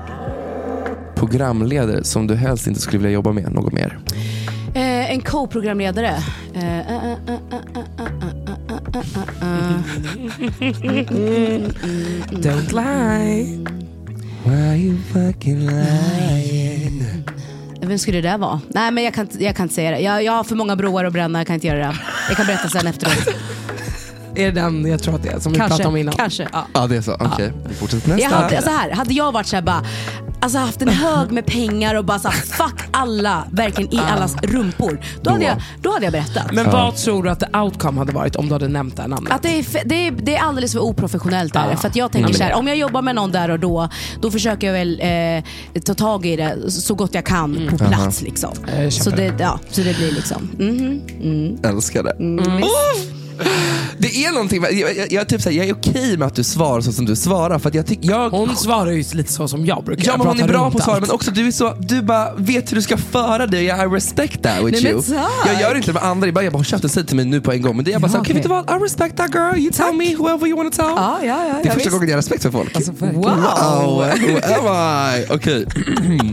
Speaker 2: programledare som du helst inte skulle vilja jobba med något mer.
Speaker 3: Eh, en co-programledare. Eh, eh, eh, eh, eh, eh, eh, eh, eh, eh.
Speaker 4: Don't lie.
Speaker 2: Why you fucking lying?
Speaker 3: Vem skulle det där vara? Nej men jag kan, inte- jag kan inte säga det. Jag, jag har för många broar att bränna, jag kan inte göra det. Jag kan berätta sen
Speaker 4: [LAUGHS]
Speaker 3: efteråt.
Speaker 4: Är det den jag tror att det är som vi
Speaker 3: Kanske.
Speaker 4: pratade om innan?
Speaker 2: Ah,
Speaker 3: Kanske.
Speaker 4: Ja.
Speaker 2: Ja, det är så. Okej, vi fortsätter nästa.
Speaker 3: Jag hade, så här, hade jag varit såhär bara, alltså, haft en hög med pengar och bara så här, fuck alla, verkligen i allas rumpor. Ah. Då hade jag, då hade jag berättat.
Speaker 4: Men vad tror du att the outcome hade varit om du hade nämnt det här namnet?
Speaker 3: Att det, är fe- det, är, det är alldeles för oprofessionellt där.
Speaker 4: Ja.
Speaker 3: För att jag tänker så här, om jag jobbar med någon där och då, då försöker jag väl eh, ta tag i det så gott jag kan på plats. Liksom.
Speaker 4: jag köper
Speaker 3: Så, det, ja, så det blir liksom... mhm.
Speaker 2: Älskar det. Åh! Det är någonting, med- jag, jag, jag, typ såhär, jag är okej med att du svarar så som du svarar. För att jag tycker, jag,
Speaker 4: Hon svarar ju lite så som jag brukar.
Speaker 2: ja, men hon
Speaker 4: Jag
Speaker 2: är
Speaker 4: pratar
Speaker 2: bra
Speaker 4: runt
Speaker 2: på att svara
Speaker 4: allt.
Speaker 2: men också du är så, du bara vet hur du ska föra dig. I respect that with
Speaker 3: Nej, men
Speaker 2: you.
Speaker 3: tack.
Speaker 2: Jag gör inte det med andra, jag bara, jag bara köpte sig till mig nu på en gång. Men det är jag bara såhär, okej vet du vad, I respect that girl, you tell me whoever you wanna tell.
Speaker 3: Ja, ja, ja,
Speaker 2: det är
Speaker 3: ja,
Speaker 2: första
Speaker 3: visst. Alltså,
Speaker 2: gången jag har respekt för folk.
Speaker 3: Wow!
Speaker 2: Wow, who am I? Okej. [CLEARS THROAT]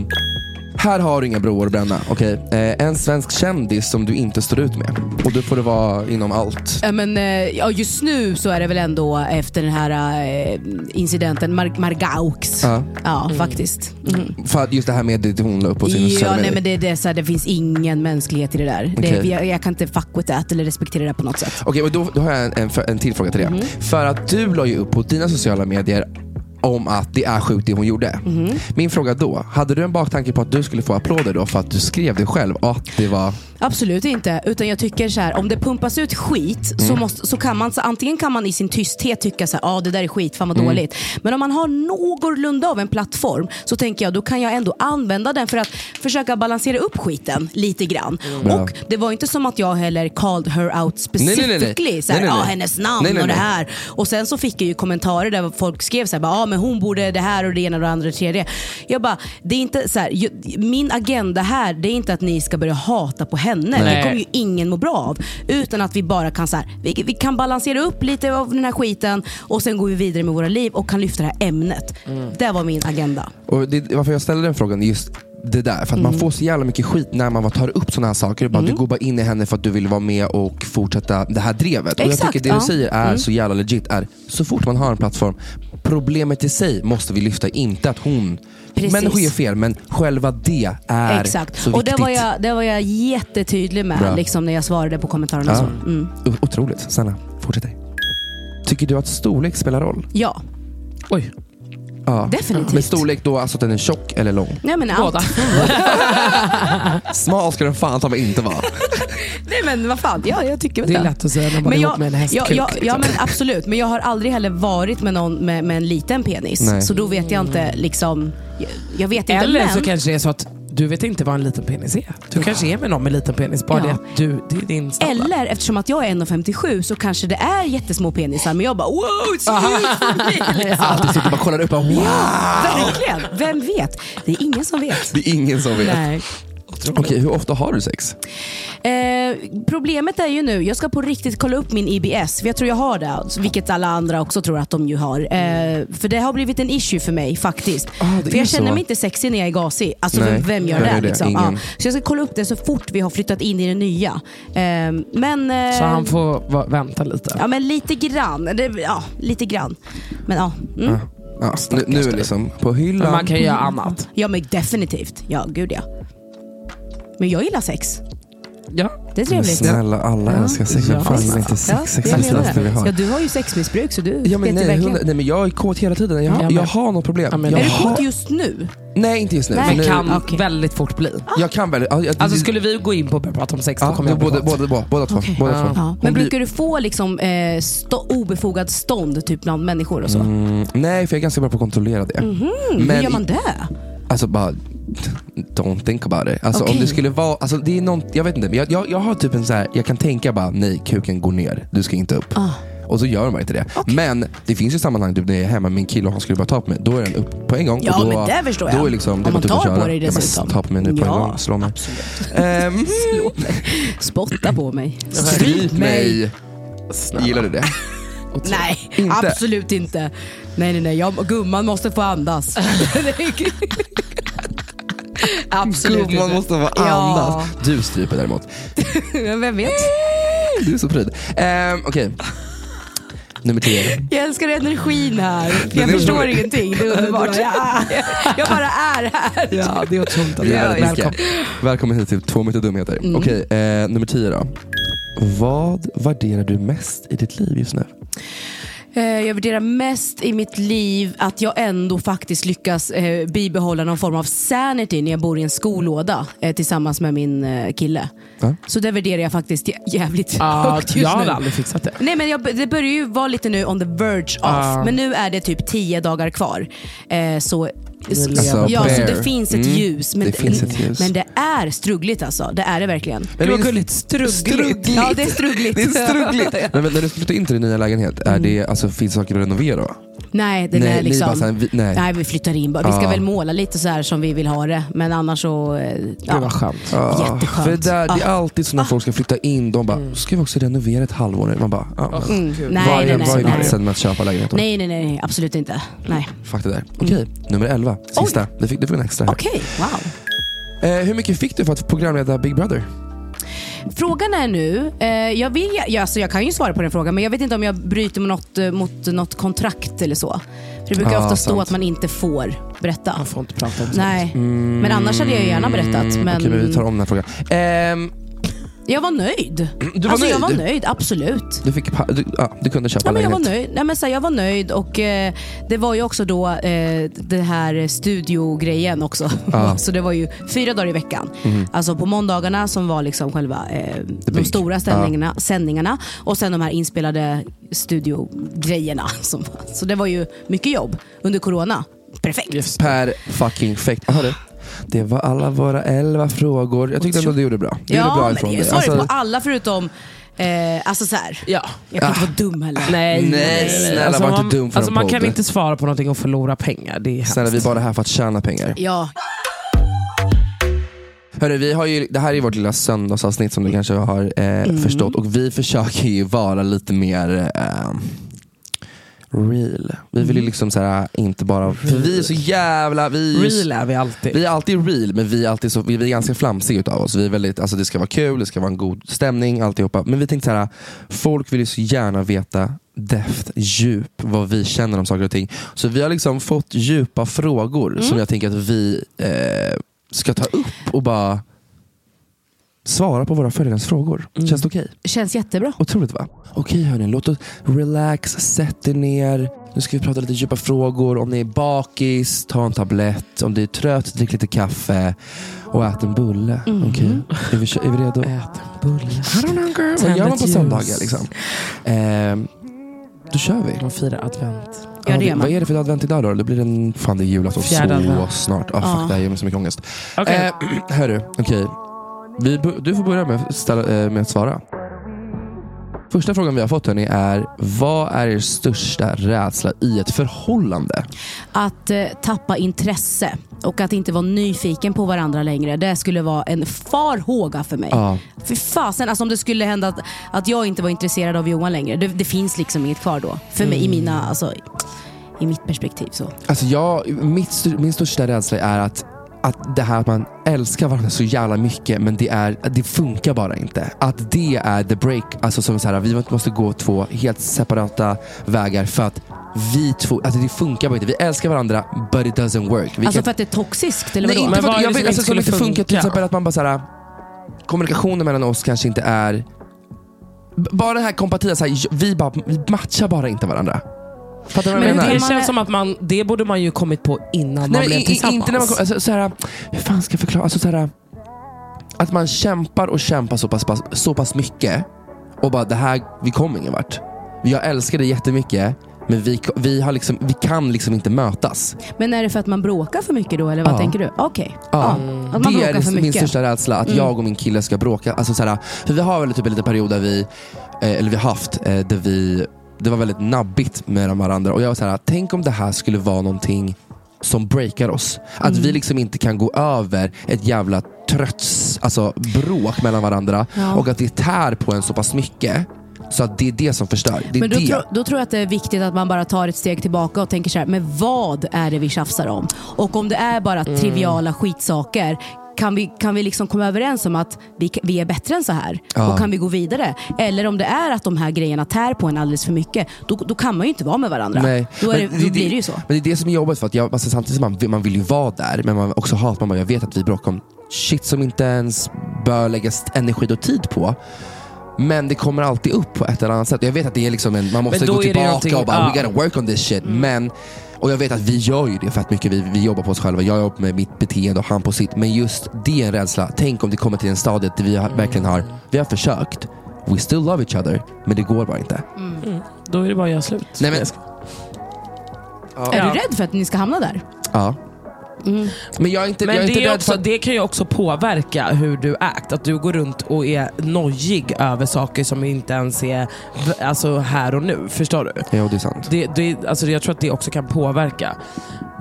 Speaker 2: Här har du inga broar att bränna. Okej. Eh, en svensk kändis som du inte står ut med. Och då får det vara inom allt.
Speaker 3: Ja, men, eh, ja, just nu så är det väl ändå efter den här eh, incidenten, Mar- Margaux.
Speaker 2: Ja.
Speaker 3: Ja, faktiskt. Mm.
Speaker 2: För att just det här med det hon la upp på sin
Speaker 3: Ja,
Speaker 2: sociala
Speaker 3: nej,
Speaker 2: medier.
Speaker 3: men det, det, är så här, det finns ingen mänsklighet i det där. Det,
Speaker 2: Okej.
Speaker 3: jag, jag kan inte fuck with that eller respektera det på något sätt.
Speaker 2: Okej, men då, då har jag en, en, för- en till fråga till dig. För att du la ju upp på dina sociala medier om att det är sjukt det hon gjorde. Min fråga då, hade du en baktanke på att du skulle få applåder då för att du skrev det själv? Att det var...
Speaker 3: Absolut inte. Utan jag tycker så här, om det pumpas ut skit
Speaker 2: Mm.
Speaker 3: så, måste, så kan man, så antingen kan man i sin tysthet tycka så här, ah, det där är skit, fan vad
Speaker 2: Mm.
Speaker 3: dåligt. Men om man har någorlunda av en plattform så tänker jag då kan jag ändå använda den för att försöka balansera upp skiten lite grann.
Speaker 2: Bra.
Speaker 3: Och det var inte som att jag heller called her out
Speaker 2: nej, nej.
Speaker 3: specifically. Så här,
Speaker 2: Nej, nej,
Speaker 3: Ah,
Speaker 2: nej.
Speaker 3: hennes namn
Speaker 2: Nej, nej,
Speaker 3: och det
Speaker 2: nej.
Speaker 3: här. Och sen så fick jag ju kommentarer där folk skrev så här, bara, ah, men hon borde det här och det ena och det andra och det tredje. Jag bara, det är inte så här, ju- min agenda här det är inte att ni ska börja hata på henne. Det
Speaker 4: Nej.
Speaker 3: kommer ju ingen må bra av. Utan att vi bara kan så här, vi, vi kan balansera upp lite av den här skiten och sen går vi vidare med våra liv och kan lyfta det här ämnet.
Speaker 2: Mm.
Speaker 3: Det var min agenda.
Speaker 2: Och det, varför jag ställde den frågan är just det där. För att
Speaker 3: Mm.
Speaker 2: man får så jävla mycket skit när man bara tar upp sådana här saker. Bara, Du går bara in i henne för att du vill vara med och fortsätta det här drevet. och jag
Speaker 3: Exakt,
Speaker 2: tycker det
Speaker 3: ja. Mm.
Speaker 2: du säger är så jävla legit. Är, så fort man har en plattform, problemet i sig måste vi lyfta. Inte att hon...
Speaker 3: Precis.
Speaker 2: Människor gör fel, men själva det är
Speaker 3: Exakt.
Speaker 2: så
Speaker 3: Och
Speaker 2: viktigt.
Speaker 3: det var, jag, det var jag jättetydlig
Speaker 2: Bra.
Speaker 3: med liksom, när jag svarade på kommentarerna.
Speaker 2: Ja.
Speaker 3: och Så. Mm.
Speaker 2: O- Otroligt. Sanna, fortsätt dig. Tycker du att storlek spelar roll?
Speaker 3: Ja,
Speaker 4: Oj.
Speaker 2: Ja.
Speaker 3: Definitivt.
Speaker 2: Men storlek då, alltså att den är tjock eller lång?
Speaker 3: nej men allt.
Speaker 4: Båda.
Speaker 3: Alltså.
Speaker 2: Smal ska den fan ta mig inte vara.
Speaker 3: Nej men vad fan, ja, jag tycker väl
Speaker 4: Det är lätt att säga när man är ihop med en hästkuk.
Speaker 3: ja, ja, ja
Speaker 4: liksom.
Speaker 3: men absolut, men jag har aldrig heller varit med någon med, med en liten penis.
Speaker 2: Nej.
Speaker 3: Så då vet jag
Speaker 4: Mm.
Speaker 3: inte liksom, jag, jag vet inte
Speaker 4: Eller
Speaker 3: men.
Speaker 4: så kanske det är så att du vet inte vad en liten penis är. Du kanske är med någon med liten penis, bara
Speaker 3: Ja.
Speaker 4: det att du, det är din standard.
Speaker 3: eller eftersom att jag är 1,57 så kanske det är jättesmå penisar men jag bara wow, it's
Speaker 4: Ah.
Speaker 3: huge for me. liksom.
Speaker 2: Alltid sitter och bara kollar upp och wow!
Speaker 4: Ah.
Speaker 3: Verkligen, vem vet? Det är ingen som vet.
Speaker 2: Det är ingen som vet.
Speaker 3: Nej.
Speaker 2: Okej, hur ofta har du sex?
Speaker 3: Eh, problemet är ju nu, jag ska på riktigt kolla upp min IBS, för jag tror jag har det. alltså, Vilket alla andra också tror att de ju har. Eh, för det har blivit en issue för mig faktiskt.
Speaker 2: Ah, det
Speaker 3: för
Speaker 2: är
Speaker 3: jag känner
Speaker 2: så.
Speaker 3: mig inte sexig när jag är gasig. Alltså
Speaker 2: Nej,
Speaker 3: vem, vem gör
Speaker 2: vem
Speaker 3: det?
Speaker 2: gör det?
Speaker 3: Liksom?
Speaker 2: Ingen.
Speaker 3: Ja. Så jag ska kolla upp det så fort vi har flyttat in i det nya. Eh, men, eh,
Speaker 4: Så han får va- vänta lite.
Speaker 3: ja, men lite grann. Det, ja, lite grann. Men ja.
Speaker 2: Ah.
Speaker 3: Mm.
Speaker 2: Ja, nu, nu är det liksom på hyllan.
Speaker 4: Men man kan ju göra annat.
Speaker 3: Ja men definitivt. Ja, gud ja. Men jag gillar sex.
Speaker 4: Ja.
Speaker 3: Det är
Speaker 2: Men
Speaker 3: trevligt.
Speaker 2: snälla, alla älskar sex. Vem
Speaker 4: Ja.
Speaker 2: fan gillar inte
Speaker 3: Ja,
Speaker 2: sex?
Speaker 3: jag
Speaker 2: Sex är det
Speaker 3: menar
Speaker 2: finaste vi
Speaker 3: det. Ja,
Speaker 2: har.
Speaker 3: du har ju sexmissbruk så du
Speaker 2: Ja, men
Speaker 3: vet
Speaker 2: nej,
Speaker 3: ju verkligen.
Speaker 2: hon, nej, men jag är kåt hela tiden. Jag,
Speaker 4: Ja,
Speaker 2: har
Speaker 4: men-
Speaker 2: jag har något problem.
Speaker 4: Ja, men-
Speaker 2: jag
Speaker 4: Är du
Speaker 2: har,
Speaker 3: Kåt just nu?
Speaker 2: Nej, inte just nu.
Speaker 3: Nej. Mm,
Speaker 2: För
Speaker 4: Men
Speaker 2: nu
Speaker 4: kan
Speaker 3: Okej.
Speaker 4: väldigt fort bli.
Speaker 2: jag kan väl. ja, jag-
Speaker 4: Alltså skulle vi gå in på att börja prata om sex,
Speaker 2: ja,
Speaker 4: då kommer jag bli
Speaker 2: båda,
Speaker 4: kåt.
Speaker 2: båda, båda, båda två.
Speaker 3: Okej.
Speaker 2: Båda två.
Speaker 3: Ja.
Speaker 2: Hon
Speaker 3: Men
Speaker 2: blir-
Speaker 3: brukar du få liksom, eh, stå, obefogad stånd typ bland människor och så?
Speaker 2: Mm, nej, för jag är ganska bra på att kontrollera det.
Speaker 3: Hur gör man det?
Speaker 2: Alltså bara, don't think about it. Alltså, om
Speaker 3: Okej.
Speaker 2: det skulle vara, alltså, det är någon, jag vet inte, men jag, jag, jag har typ en så här, jag kan tänka bara, nej kuken går ner, du ska inte
Speaker 3: Ah.
Speaker 2: upp. Och så gör de bara inte det. Men det finns ju sammanhang typ, när jag är hemma med min kille och han skulle bara ta på mig, då är den upp på en gång.
Speaker 3: Ja,
Speaker 2: och då,
Speaker 3: men det förstår jag.
Speaker 2: Då är liksom, det
Speaker 3: Om
Speaker 2: är bara
Speaker 3: man
Speaker 2: typ att
Speaker 3: tar på
Speaker 2: köra.
Speaker 3: dig
Speaker 2: Ja, men
Speaker 3: dessutom.
Speaker 2: Ta på mig nu på
Speaker 3: Ja,
Speaker 2: en gång, slå mig.
Speaker 3: absolut. [LAUGHS]
Speaker 2: Ehm,
Speaker 3: Spotta på mig.
Speaker 2: stryp mig. Gillar du
Speaker 3: [LAUGHS]
Speaker 2: det?
Speaker 3: Nej,
Speaker 2: Inte.
Speaker 3: absolut inte. Nej, nej, nej. Jag, gumman måste
Speaker 2: [LAUGHS]
Speaker 3: få andas. absolut
Speaker 2: Gumman måste vara
Speaker 3: Ja.
Speaker 2: andas. Du stryper däremot.
Speaker 3: inte. Vem vet?
Speaker 2: Du är så pryd. Ehm, Okej, nummer tio.
Speaker 3: Jag älskar energin här.
Speaker 2: Men [LAUGHS]
Speaker 3: Jag
Speaker 2: det är
Speaker 3: förstår
Speaker 2: roligt.
Speaker 3: ingenting. Det
Speaker 2: [LAUGHS]
Speaker 3: är underbart. Jag bara är här.
Speaker 4: Ja, det är otroligt. att
Speaker 2: Det
Speaker 4: du
Speaker 2: är
Speaker 4: är
Speaker 2: väldigt mycket.
Speaker 4: välkommen.
Speaker 2: Välkommen hit till Två meter dumheter.
Speaker 3: Mm.
Speaker 2: Okej, eh, nummer tio då. Vad värderar du mest i ditt liv just nu?
Speaker 3: Eh, Jag värderar mest i mitt liv att jag ändå faktiskt lyckas eh, bibehålla någon form av sanity när jag bor i en skolåda eh, tillsammans med min eh, kille.
Speaker 2: Va?
Speaker 3: Så det värderar jag faktiskt jä- jävligt
Speaker 4: Ah, Ja,
Speaker 3: [LAUGHS] högt
Speaker 4: jag
Speaker 3: just nu.
Speaker 4: hade aldrig fixat det.
Speaker 3: Nej men jag, det börjar ju vara lite nu on the verge of,
Speaker 4: Ja.
Speaker 3: men nu är det typ tio dagar kvar. Eh, så
Speaker 2: lever
Speaker 3: ja,
Speaker 2: på
Speaker 3: så
Speaker 2: det.
Speaker 3: det finns ett
Speaker 2: Mm.
Speaker 3: ljus. Men
Speaker 2: Det finns ett ljus.
Speaker 3: men det är struggligt alltså, det är det verkligen.
Speaker 2: Men
Speaker 4: Gud, vad
Speaker 2: min-
Speaker 4: gulligt. Struggligt.
Speaker 3: Ja, det är struggligt.
Speaker 2: Det är
Speaker 3: [LAUGHS]
Speaker 2: struggligt. Men, men när du flyttar in till din nya lägenhet, är det, alltså, finns saker att renovera? va?
Speaker 3: Nej, den
Speaker 2: Nej,
Speaker 3: är
Speaker 2: ni
Speaker 3: Mm. liksom...
Speaker 2: bara så här, vi- nej.
Speaker 3: vi flyttar in bara. Vi ska
Speaker 2: Ja.
Speaker 3: väl måla lite så här som vi vill ha det. Men annars så... eh, Ja.
Speaker 4: Gud vad skönt.
Speaker 2: Ja,
Speaker 3: Jätteskönt.
Speaker 2: Ah,
Speaker 3: Ah.
Speaker 2: För det, där, det är
Speaker 3: Ja.
Speaker 2: alltid så när folk ska flytta in, de bara, ska vi också renovera ett halvår nu? Man bara, ja, men
Speaker 3: Mm. Nej,
Speaker 2: vad
Speaker 3: nej,
Speaker 2: är,
Speaker 3: nej,
Speaker 2: vad är
Speaker 3: nej.
Speaker 2: vitsen med att köpa lägenhet? då?
Speaker 3: Nej, Mm. nej, nej, nej, absolut inte. Nej.
Speaker 2: Fuck det där. Okej, nummer 11. Sista. Du fick, du fick en extra här.
Speaker 3: Okej, wow.
Speaker 2: Eh, hur mycket fick du för att programleda Big Brother?
Speaker 3: Frågan är nu, eh, jag, vill, ja, alltså jag kan ju svara på den frågan men jag vet inte om jag bryter mot något, eh, mot något kontrakt eller så. För det brukar
Speaker 2: Ja,
Speaker 3: ofta stå
Speaker 2: sant.
Speaker 3: att man inte får berätta.
Speaker 4: Man får inte prata om sånt.
Speaker 3: Nej, men annars hade jag ju gärna berättat. Men
Speaker 2: Mm. Okej, men vi tar om den här frågan. Ehm,
Speaker 3: jag var nöjd.
Speaker 2: du var
Speaker 3: alltså,
Speaker 2: nöjd?
Speaker 3: Jag var nöjd, absolut.
Speaker 2: Du, fick, pa- du, ja, du kunde köpa
Speaker 3: Ja, men jag, var
Speaker 2: lägenhet?
Speaker 3: nöjd. Nej, men så här, jag var nöjd och eh, det var ju också då eh, det här studiogrejen också.
Speaker 2: Ja.
Speaker 3: [LAUGHS]
Speaker 2: Mhm.
Speaker 3: så det var ju fyra dagar i veckan. Alltså på måndagarna som var liksom själva eh, de
Speaker 2: big.
Speaker 3: stora sändningarna, sändningarna och sen de här inspelade studiogrejerna. [LAUGHS] Som, så det var ju mycket jobb under corona. Perfekt.
Speaker 4: Yes.
Speaker 2: Per fucking fekt. Vad har du? Det var alla våra elva frågor. Jag tyckte ändå du gjorde bra. Du gjorde bra
Speaker 3: Ja,
Speaker 2: ifrån
Speaker 3: men
Speaker 2: dig.
Speaker 3: jag svarade
Speaker 2: Alltså-
Speaker 3: på alla förutom, eh, alltså så här.
Speaker 4: Ja.
Speaker 3: Jag kan inte vara dum heller.
Speaker 4: Nej,
Speaker 2: Ah. Nej, snälla, var inte
Speaker 4: man,
Speaker 2: dum för
Speaker 4: alltså,
Speaker 2: en
Speaker 4: man kan
Speaker 2: podd.
Speaker 4: inte svara på någonting och förlora pengar. Det är hemskt.
Speaker 2: Snälla, vi är bara här för att tjäna pengar.
Speaker 3: Ja,
Speaker 2: Hörru, vi har ju, det här är vårt lilla söndagsavsnitt som du kanske har eh,
Speaker 3: Mm.
Speaker 2: förstått. Och vi försöker ju vara lite mer eh, real. Vi
Speaker 3: Mm.
Speaker 2: vill ju liksom så här, inte bara... För vi är så jävla... Vi är ju-
Speaker 4: Real är vi alltid.
Speaker 2: Vi är alltid real, men vi är, alltid så, vi vi är ganska flamsiga utav oss. Vi är väldigt, alltså det ska vara kul, det ska vara en god stämning, alltihopa. Men vi tänkte så här, folk vill ju så gärna veta deft, djup, vad vi känner om saker och ting. Så vi har liksom fått djupa frågor som jag tänker att vi eh, ska ta upp och bara svara på våra följares frågor. Känns det okej?
Speaker 3: känns jättebra.
Speaker 2: Otroligt va? Okej hörni, låt oss relax, sätt er ner. Nu ska vi prata lite djupa frågor. Om ni är bakis, ta en tablett. Om du är trött, drick lite kaffe. Och ät en bulle. Okej? Är, vi, kö- är vi redo?
Speaker 4: Mm. Ät en bulle.
Speaker 2: I don't know girl. Vad
Speaker 4: Tänd
Speaker 2: gör man
Speaker 4: ett
Speaker 2: på
Speaker 4: ljus.
Speaker 2: söndagar liksom? Ehm, då kör vi.
Speaker 4: Man firar advent.
Speaker 3: Ja, det
Speaker 2: vi-
Speaker 3: gör man.
Speaker 2: vad är det för advent idag då? Det blir en... Fan det är julafton så
Speaker 4: Fjärde advent.
Speaker 2: snart. Ah, fuck,
Speaker 3: Ja.
Speaker 2: det här ger mig så mycket ångest.
Speaker 4: Okej.
Speaker 2: Eh, [CLEARS THROAT] hörru, okej. Vi bo- Du får börja med, att ställa, eh, med att svara. Första frågan vi har fått hörni är, vad är er största rädsla i ett förhållande?
Speaker 3: Att eh, tappa intresse och att inte vara nyfiken på varandra längre. Det skulle vara en farhåga för mig.
Speaker 2: Ja.
Speaker 3: Fy fasen, alltså om det skulle hända att, att jag inte var intresserad av Johan längre. Det, det finns liksom inget kvar då. För mig, i,
Speaker 2: Mm.
Speaker 3: mina, alltså, i mitt perspektiv. så.
Speaker 2: Alltså jag, mitt, styr- min största rädsla är att, att det här att man älskar varandra så jävla mycket men det, är, det funkar bara inte. Att det är the break. Alltså som så här, vi måste gå två helt separata vägar för att vi två, alltså det funkar bara inte. Vi älskar varandra but it doesn't work. Vi
Speaker 3: Alltså
Speaker 2: kan-
Speaker 3: för att det är toxiskt eller
Speaker 2: Nej,
Speaker 3: vadå?
Speaker 2: inte
Speaker 4: Men
Speaker 2: för
Speaker 4: vad
Speaker 2: att,
Speaker 4: är
Speaker 2: jag
Speaker 4: det som
Speaker 2: vet, alltså,
Speaker 4: inte
Speaker 2: så länge det
Speaker 4: skulle
Speaker 2: funkar, till
Speaker 4: funka?
Speaker 2: exempel att man bara såhär, kommunikationen mellan oss kanske inte är B- bara det här kompatibla, så här, j- vi, bara, vi matchar bara inte varandra. Fattar du vad jag
Speaker 4: Men
Speaker 2: menar?
Speaker 4: det
Speaker 3: man är-
Speaker 4: känns som att man, det borde man ju kommit på innan man
Speaker 2: Nej, men
Speaker 4: blev
Speaker 2: i- i-
Speaker 4: tillsammans.
Speaker 2: inte när man kom- alltså, så här, hur fan ska jag förklara? Alltså, så här, att man kämpar och kämpar så pass, pass, så pass mycket och bara det här, vi kommer ingen vart. Jag älskar dig jättemycket men vi, vi, har liksom, vi kan liksom inte mötas.
Speaker 3: Men är det för att man bråkar för mycket då eller vad
Speaker 2: Ja.
Speaker 3: tänker du? Okej.
Speaker 2: Ja.
Speaker 3: Att man
Speaker 2: det
Speaker 3: bråkar för
Speaker 2: är min
Speaker 3: mycket. Mm.
Speaker 2: största rädsla, att jag och min kille ska bråka. Alltså, såhär, för vi har väl typ en liten period där vi, eh, eller vi har haft, eh, där vi, det var väldigt nabbigt med varandra. Och jag var såhär, tänk om det här skulle vara någonting som breakar oss. Att
Speaker 3: Mm.
Speaker 2: vi liksom inte kan gå över ett jävla trötts, alltså bråk mellan varandra. Och att det tär på en så pass mycket. Så att det är det som förstör. Det är
Speaker 3: Men då,
Speaker 2: det.
Speaker 3: tror- då tror jag att det är viktigt att man bara tar ett steg tillbaka och tänker så här, men vad är det vi tjafsar om? Och om det är bara
Speaker 2: Mm.
Speaker 3: triviala skitsaker, kan vi, kan vi liksom komma överens om att vi, ka- vi är bättre än så här?
Speaker 2: Ja.
Speaker 3: Och kan vi gå vidare? Eller om det är att de här grejerna tär på en alldeles för mycket, då, då kan man ju inte vara med varandra.
Speaker 2: Nej.
Speaker 3: Då, är det,
Speaker 2: men
Speaker 3: då blir det ju så.
Speaker 2: Men det är det som är jobbigt för att jag, alltså, samtidigt som man, vill- man vill ju vara där, men man också hatar, man bara, jag vet att vi bråkar om shit som inte ens bör läggas energi och tid på. Men det kommer alltid upp på ett eller annat sätt. Jag vet att det är liksom en, man måste
Speaker 4: då
Speaker 2: gå
Speaker 4: är det
Speaker 2: tillbaka
Speaker 4: någonting-
Speaker 2: och bara
Speaker 4: ja.
Speaker 2: we gotta work on this
Speaker 3: Mm.
Speaker 2: shit. Men, och jag vet att vi gör ju det för att mycket vi, vi jobbar på oss själva. Jag jobbar med mitt beteende och han på sitt. Men just det är en rädsla. Tänk om det kommer till en stadie där vi har, verkligen har, vi har försökt. We still love each other, men det går bara inte.
Speaker 3: Mm.
Speaker 4: Då är det bara att göra slut.
Speaker 2: Nej, men,
Speaker 3: Är
Speaker 4: Ja.
Speaker 3: du rädd för att ni ska hamna där?
Speaker 2: ja. Men jag är inte, jag
Speaker 4: Mm. Men
Speaker 2: är
Speaker 4: det,
Speaker 2: inte
Speaker 4: är
Speaker 2: rädd för
Speaker 4: också,
Speaker 2: att
Speaker 4: det kan ju också påverka hur du act. Att du går runt och är nojig över saker som inte ens är v- alltså, här och nu. Förstår du?
Speaker 2: Ja, det är sant.
Speaker 4: Det, det, alltså, jag tror att det också kan påverka.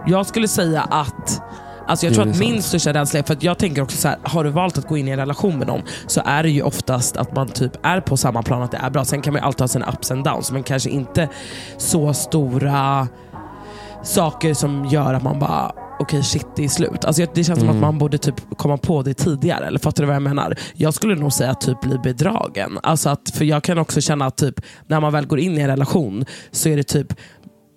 Speaker 4: Jag skulle säga att Alltså jag
Speaker 2: Jo,
Speaker 4: tror
Speaker 2: det är
Speaker 4: att min
Speaker 2: sant.
Speaker 4: största rädsla är, för att jag tänker också så här, har du valt att gå in i en relation med någon så är det ju oftast att man typ är på samma plan, att det är bra. Sen kan man ju alltid ha sina ups and downs, men kanske inte så stora saker som gör att man bara okej shit det är slut. Alltså jag- det känns som att man borde typ komma på det tidigare. Eller fattar du vad jag menar? Jag skulle nog säga typ bli bedragen. Alltså att, för jag kan också känna att typ, när man väl går in i en relation så är det typ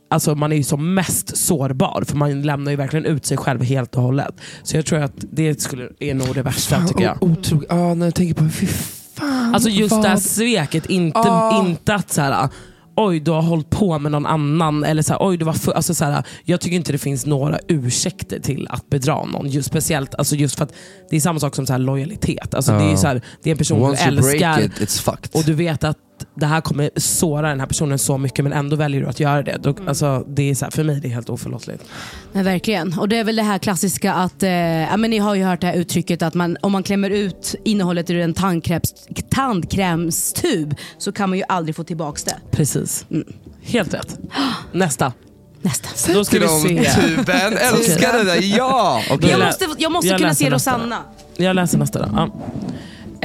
Speaker 4: Alltså man är ju som mest sårbar för man lämnar ju verkligen ut sig själv helt och hållet. Så jag tror att det skulle, är nog det värsta tycker jag.
Speaker 2: O- Otroligt. Ja, när jag tänker på fy fan.
Speaker 4: Alltså just
Speaker 2: vad-
Speaker 4: det här sveket, inte,
Speaker 2: Ah.
Speaker 4: inte att så här, oj du har hållit på med någon annan. Eller så här, oj du var full. Alltså, så här, jag tycker inte det finns några ursäkter till att bedra någon. Just, speciellt alltså, just för att det är samma sak som så här, lojalitet. Alltså, det, är
Speaker 2: Ja.
Speaker 4: så här, det är en person
Speaker 2: Once
Speaker 4: du
Speaker 2: you
Speaker 4: älskar
Speaker 2: break it, it's fucked.
Speaker 4: och du vet att det här kommer såra den här personen så mycket men ändå väljer du att göra det. Då, alltså, det är så här, för mig är det helt oförlåtligt.
Speaker 3: Nej, verkligen. Och det är väl det här klassiska att, eh, ja, men ni har ju hört det här uttrycket att man, om man klämmer ut innehållet ur en tandkräms, tandkrämstub så kan man ju aldrig få tillbaks det.
Speaker 4: Precis. Helt [GASPS] rätt. Nästa.
Speaker 3: Nästa.
Speaker 4: Då ska vi se. [LAUGHS]
Speaker 2: Tuben, älskar det där. Ja! Okej.
Speaker 3: Jag måste, jag måste
Speaker 4: Jag
Speaker 3: kunna
Speaker 4: läser
Speaker 3: se
Speaker 4: nästa.
Speaker 3: Rosanna.
Speaker 4: Jag läser nästa då. Ja.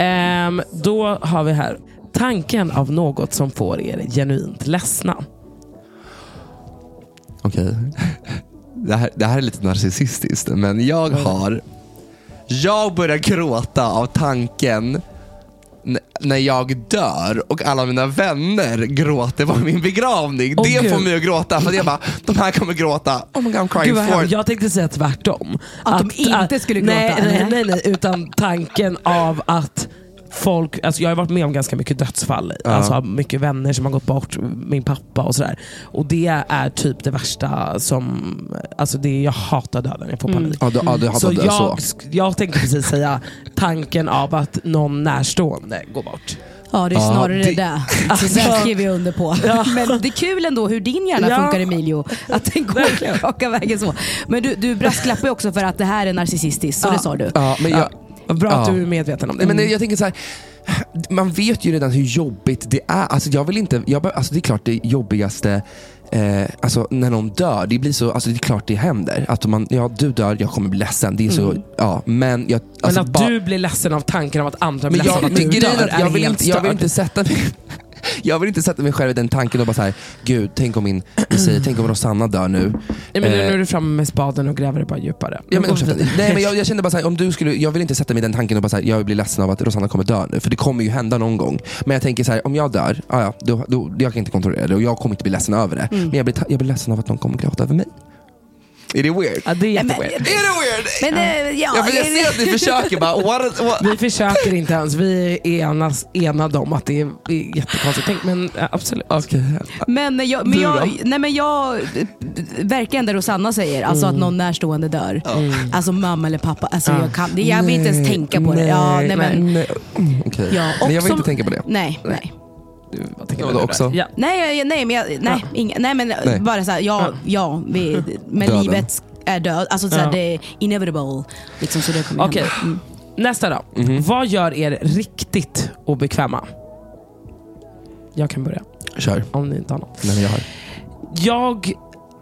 Speaker 4: Ehm, då har vi här. Tanken av något som får er genuint ledsna.
Speaker 2: Okej. Det här, det här är lite narcissistiskt, men jag har... Jag börjar gråta av tanken n- när jag dör och alla mina vänner gråter på min begravning.
Speaker 4: Åh,
Speaker 2: det
Speaker 4: Gud.
Speaker 2: får mig att gråta. För det är bara, de här kommer gråta. Oh my god, I'm
Speaker 4: Gud
Speaker 2: crying
Speaker 4: vad
Speaker 2: for
Speaker 4: hemskt. jag tänkte säga tvärtom.
Speaker 3: Att de inte skulle gråta,
Speaker 4: Nej, nej,
Speaker 3: eller?
Speaker 4: nej, nej, utan tanken av att folk, alltså jag har varit med om ganska mycket dödsfall, alltså av mycket vänner som har gått bort, min pappa och sådär. Och det är typ det värsta som, alltså det, jag hatar döden, jag får panik.
Speaker 2: Mm. Ja, du, ja, du hatar
Speaker 4: Så
Speaker 2: det
Speaker 4: jag,
Speaker 2: så.
Speaker 4: sk- jag tänkte precis säga tanken av att någon närstående går bort.
Speaker 3: Ja, det är
Speaker 2: Ja,
Speaker 3: snarare
Speaker 2: det- [LAUGHS]
Speaker 3: det där. Det där skriver jag under på. Men det är kul ändå hur din hjärna
Speaker 4: Ja.
Speaker 3: funkar Emilio. Att den går [LAUGHS] raka vägen så. Men du, du brasklappar ju också för att det här är narcissistiskt, så det sa du.
Speaker 2: Ja, men jag,
Speaker 4: Bra att
Speaker 2: Ja.
Speaker 4: du är medveten om det. Mm.
Speaker 2: Nej, men jag tänker så här. Man vet ju redan hur jobbigt det är. Alltså, jag vill inte, jag, be- alltså, det är klart det jobbigaste Eh, alltså när någon dör, det blir så, alltså det är klart det händer. Att man, ja du dör, jag kommer bli ledsen. Det är så, ja men jag...
Speaker 4: Mm. men
Speaker 2: alltså,
Speaker 4: att
Speaker 2: bara-
Speaker 4: du blir ledsen av tanken av att andra blir
Speaker 2: men jag,
Speaker 4: ledsna
Speaker 2: men
Speaker 4: att du
Speaker 2: grejen
Speaker 4: dör
Speaker 2: är att jag,
Speaker 4: är
Speaker 2: vill
Speaker 4: helt
Speaker 2: inte, jag vill
Speaker 4: störd.
Speaker 2: inte sätta mig [LAUGHS] jag vill inte sätta mig själv i den tanken och bara så här, gud tänk om min, vi säger, tänk om Rosanna dör nu.
Speaker 4: Nej, men nu,
Speaker 2: Eh,
Speaker 4: nu är du framme med spaden och gräver det bara djupare.
Speaker 2: Ja,
Speaker 4: Nu
Speaker 2: men,
Speaker 4: går vi
Speaker 2: ursäkta.
Speaker 4: vidare.
Speaker 2: Nej, men jag, jag kände bara så här, om du skulle, jag vill inte sätta mig i den tanken och bara så här, jag blir ledsen av att Rosanna kommer dö nu, för det kommer ju hända någon gång. Men jag tänker så här, om jag dör, ah, ja, då, då, jag kan inte kontrollera det och jag kommer inte bli ledsen över det.
Speaker 3: Mm.
Speaker 2: Men jag blir, ta- jag blir ledsen av att någon kommer gråta över mig. Är det weird?
Speaker 3: Alltså,
Speaker 4: ja, det är
Speaker 3: men-
Speaker 2: Är
Speaker 4: jätteweird.
Speaker 2: det weird?
Speaker 3: Men, eh, ja,
Speaker 2: Ja, för jag ser att ni försöker bara, what, what?
Speaker 4: Vi försöker inte ens, vi är enas, enade om att det är, är jättekonstigt. Tänk, men ja, absolut.
Speaker 3: Men jag, men
Speaker 4: Du
Speaker 3: jag,
Speaker 4: då?
Speaker 3: nej men jag verkar ändå Rosanna säger, alltså
Speaker 2: Mm.
Speaker 3: att någon närstående dör. Alltså mamma eller pappa. Alltså jag, kan, det, jag vill inte ens tänka på det. Ja, nej, men,
Speaker 2: Nej. Mm, okej.
Speaker 3: Ja, och
Speaker 2: men jag vill
Speaker 3: som-
Speaker 2: inte tänka på det.
Speaker 3: Nej, nej.
Speaker 4: Vad tänker
Speaker 2: Ja,
Speaker 4: du
Speaker 2: då
Speaker 4: där?
Speaker 2: också.
Speaker 4: Ja.
Speaker 3: Nej, jag- nej, men, jag, nej, inga, nej, men
Speaker 2: Nej.
Speaker 3: bara såhär, ja, ja vi, men
Speaker 2: Döden.
Speaker 3: livet är död. Alltså såhär,
Speaker 4: Ja.
Speaker 3: det är inevitable. Liksom, så det kommer
Speaker 4: Okej.
Speaker 3: hända. Mm.
Speaker 4: Nästa då.
Speaker 2: Mhm.
Speaker 4: Vad gör er riktigt obekväma? Jag kan börja,
Speaker 2: Kör.
Speaker 4: om ni inte har något.
Speaker 2: Nej, men jag har.
Speaker 4: Jag,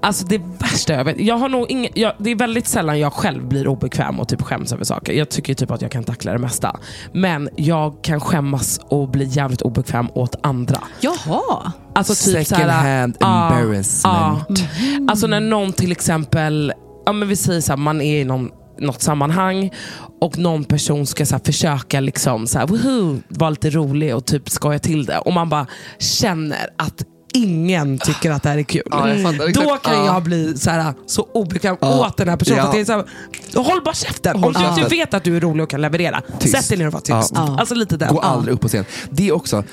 Speaker 4: alltså det värsta jag vet, jag har nog ingen, jag, det är väldigt sällan jag själv blir obekväm och typ skäms över saker. Jag tycker typ att jag kan tackla det mesta. Men jag kan skämmas och bli jävligt obekväm åt andra.
Speaker 3: Jaha.
Speaker 4: Alltså
Speaker 2: Second
Speaker 4: typ såhär,
Speaker 2: hand
Speaker 4: ah,
Speaker 2: embarrassment.
Speaker 4: ah. Alltså när någon till exempel, ja men vi säger såhär, man är i någon, något sammanhang och någon person ska såhär, försöka liksom såhär, woohoo, vara lite rolig och typ skoja till det. Och man bara känner att ingen tycker att det här är kul.
Speaker 2: Ja, jag fattar exakt.
Speaker 4: Då kan
Speaker 2: Ja.
Speaker 4: jag bli så, här, så obekväm
Speaker 2: Ja.
Speaker 4: åt den här personen.
Speaker 2: Ja.
Speaker 4: Att det är så här, håll bara käften!
Speaker 2: Håll
Speaker 4: Om du
Speaker 2: käften.
Speaker 4: inte vet att du är rolig och kan leverera,
Speaker 2: Tyst.
Speaker 4: sätt dig ner och var tyst.
Speaker 2: Ja.
Speaker 4: Alltså lite den.
Speaker 2: Gå aldrig upp på scen. Det är också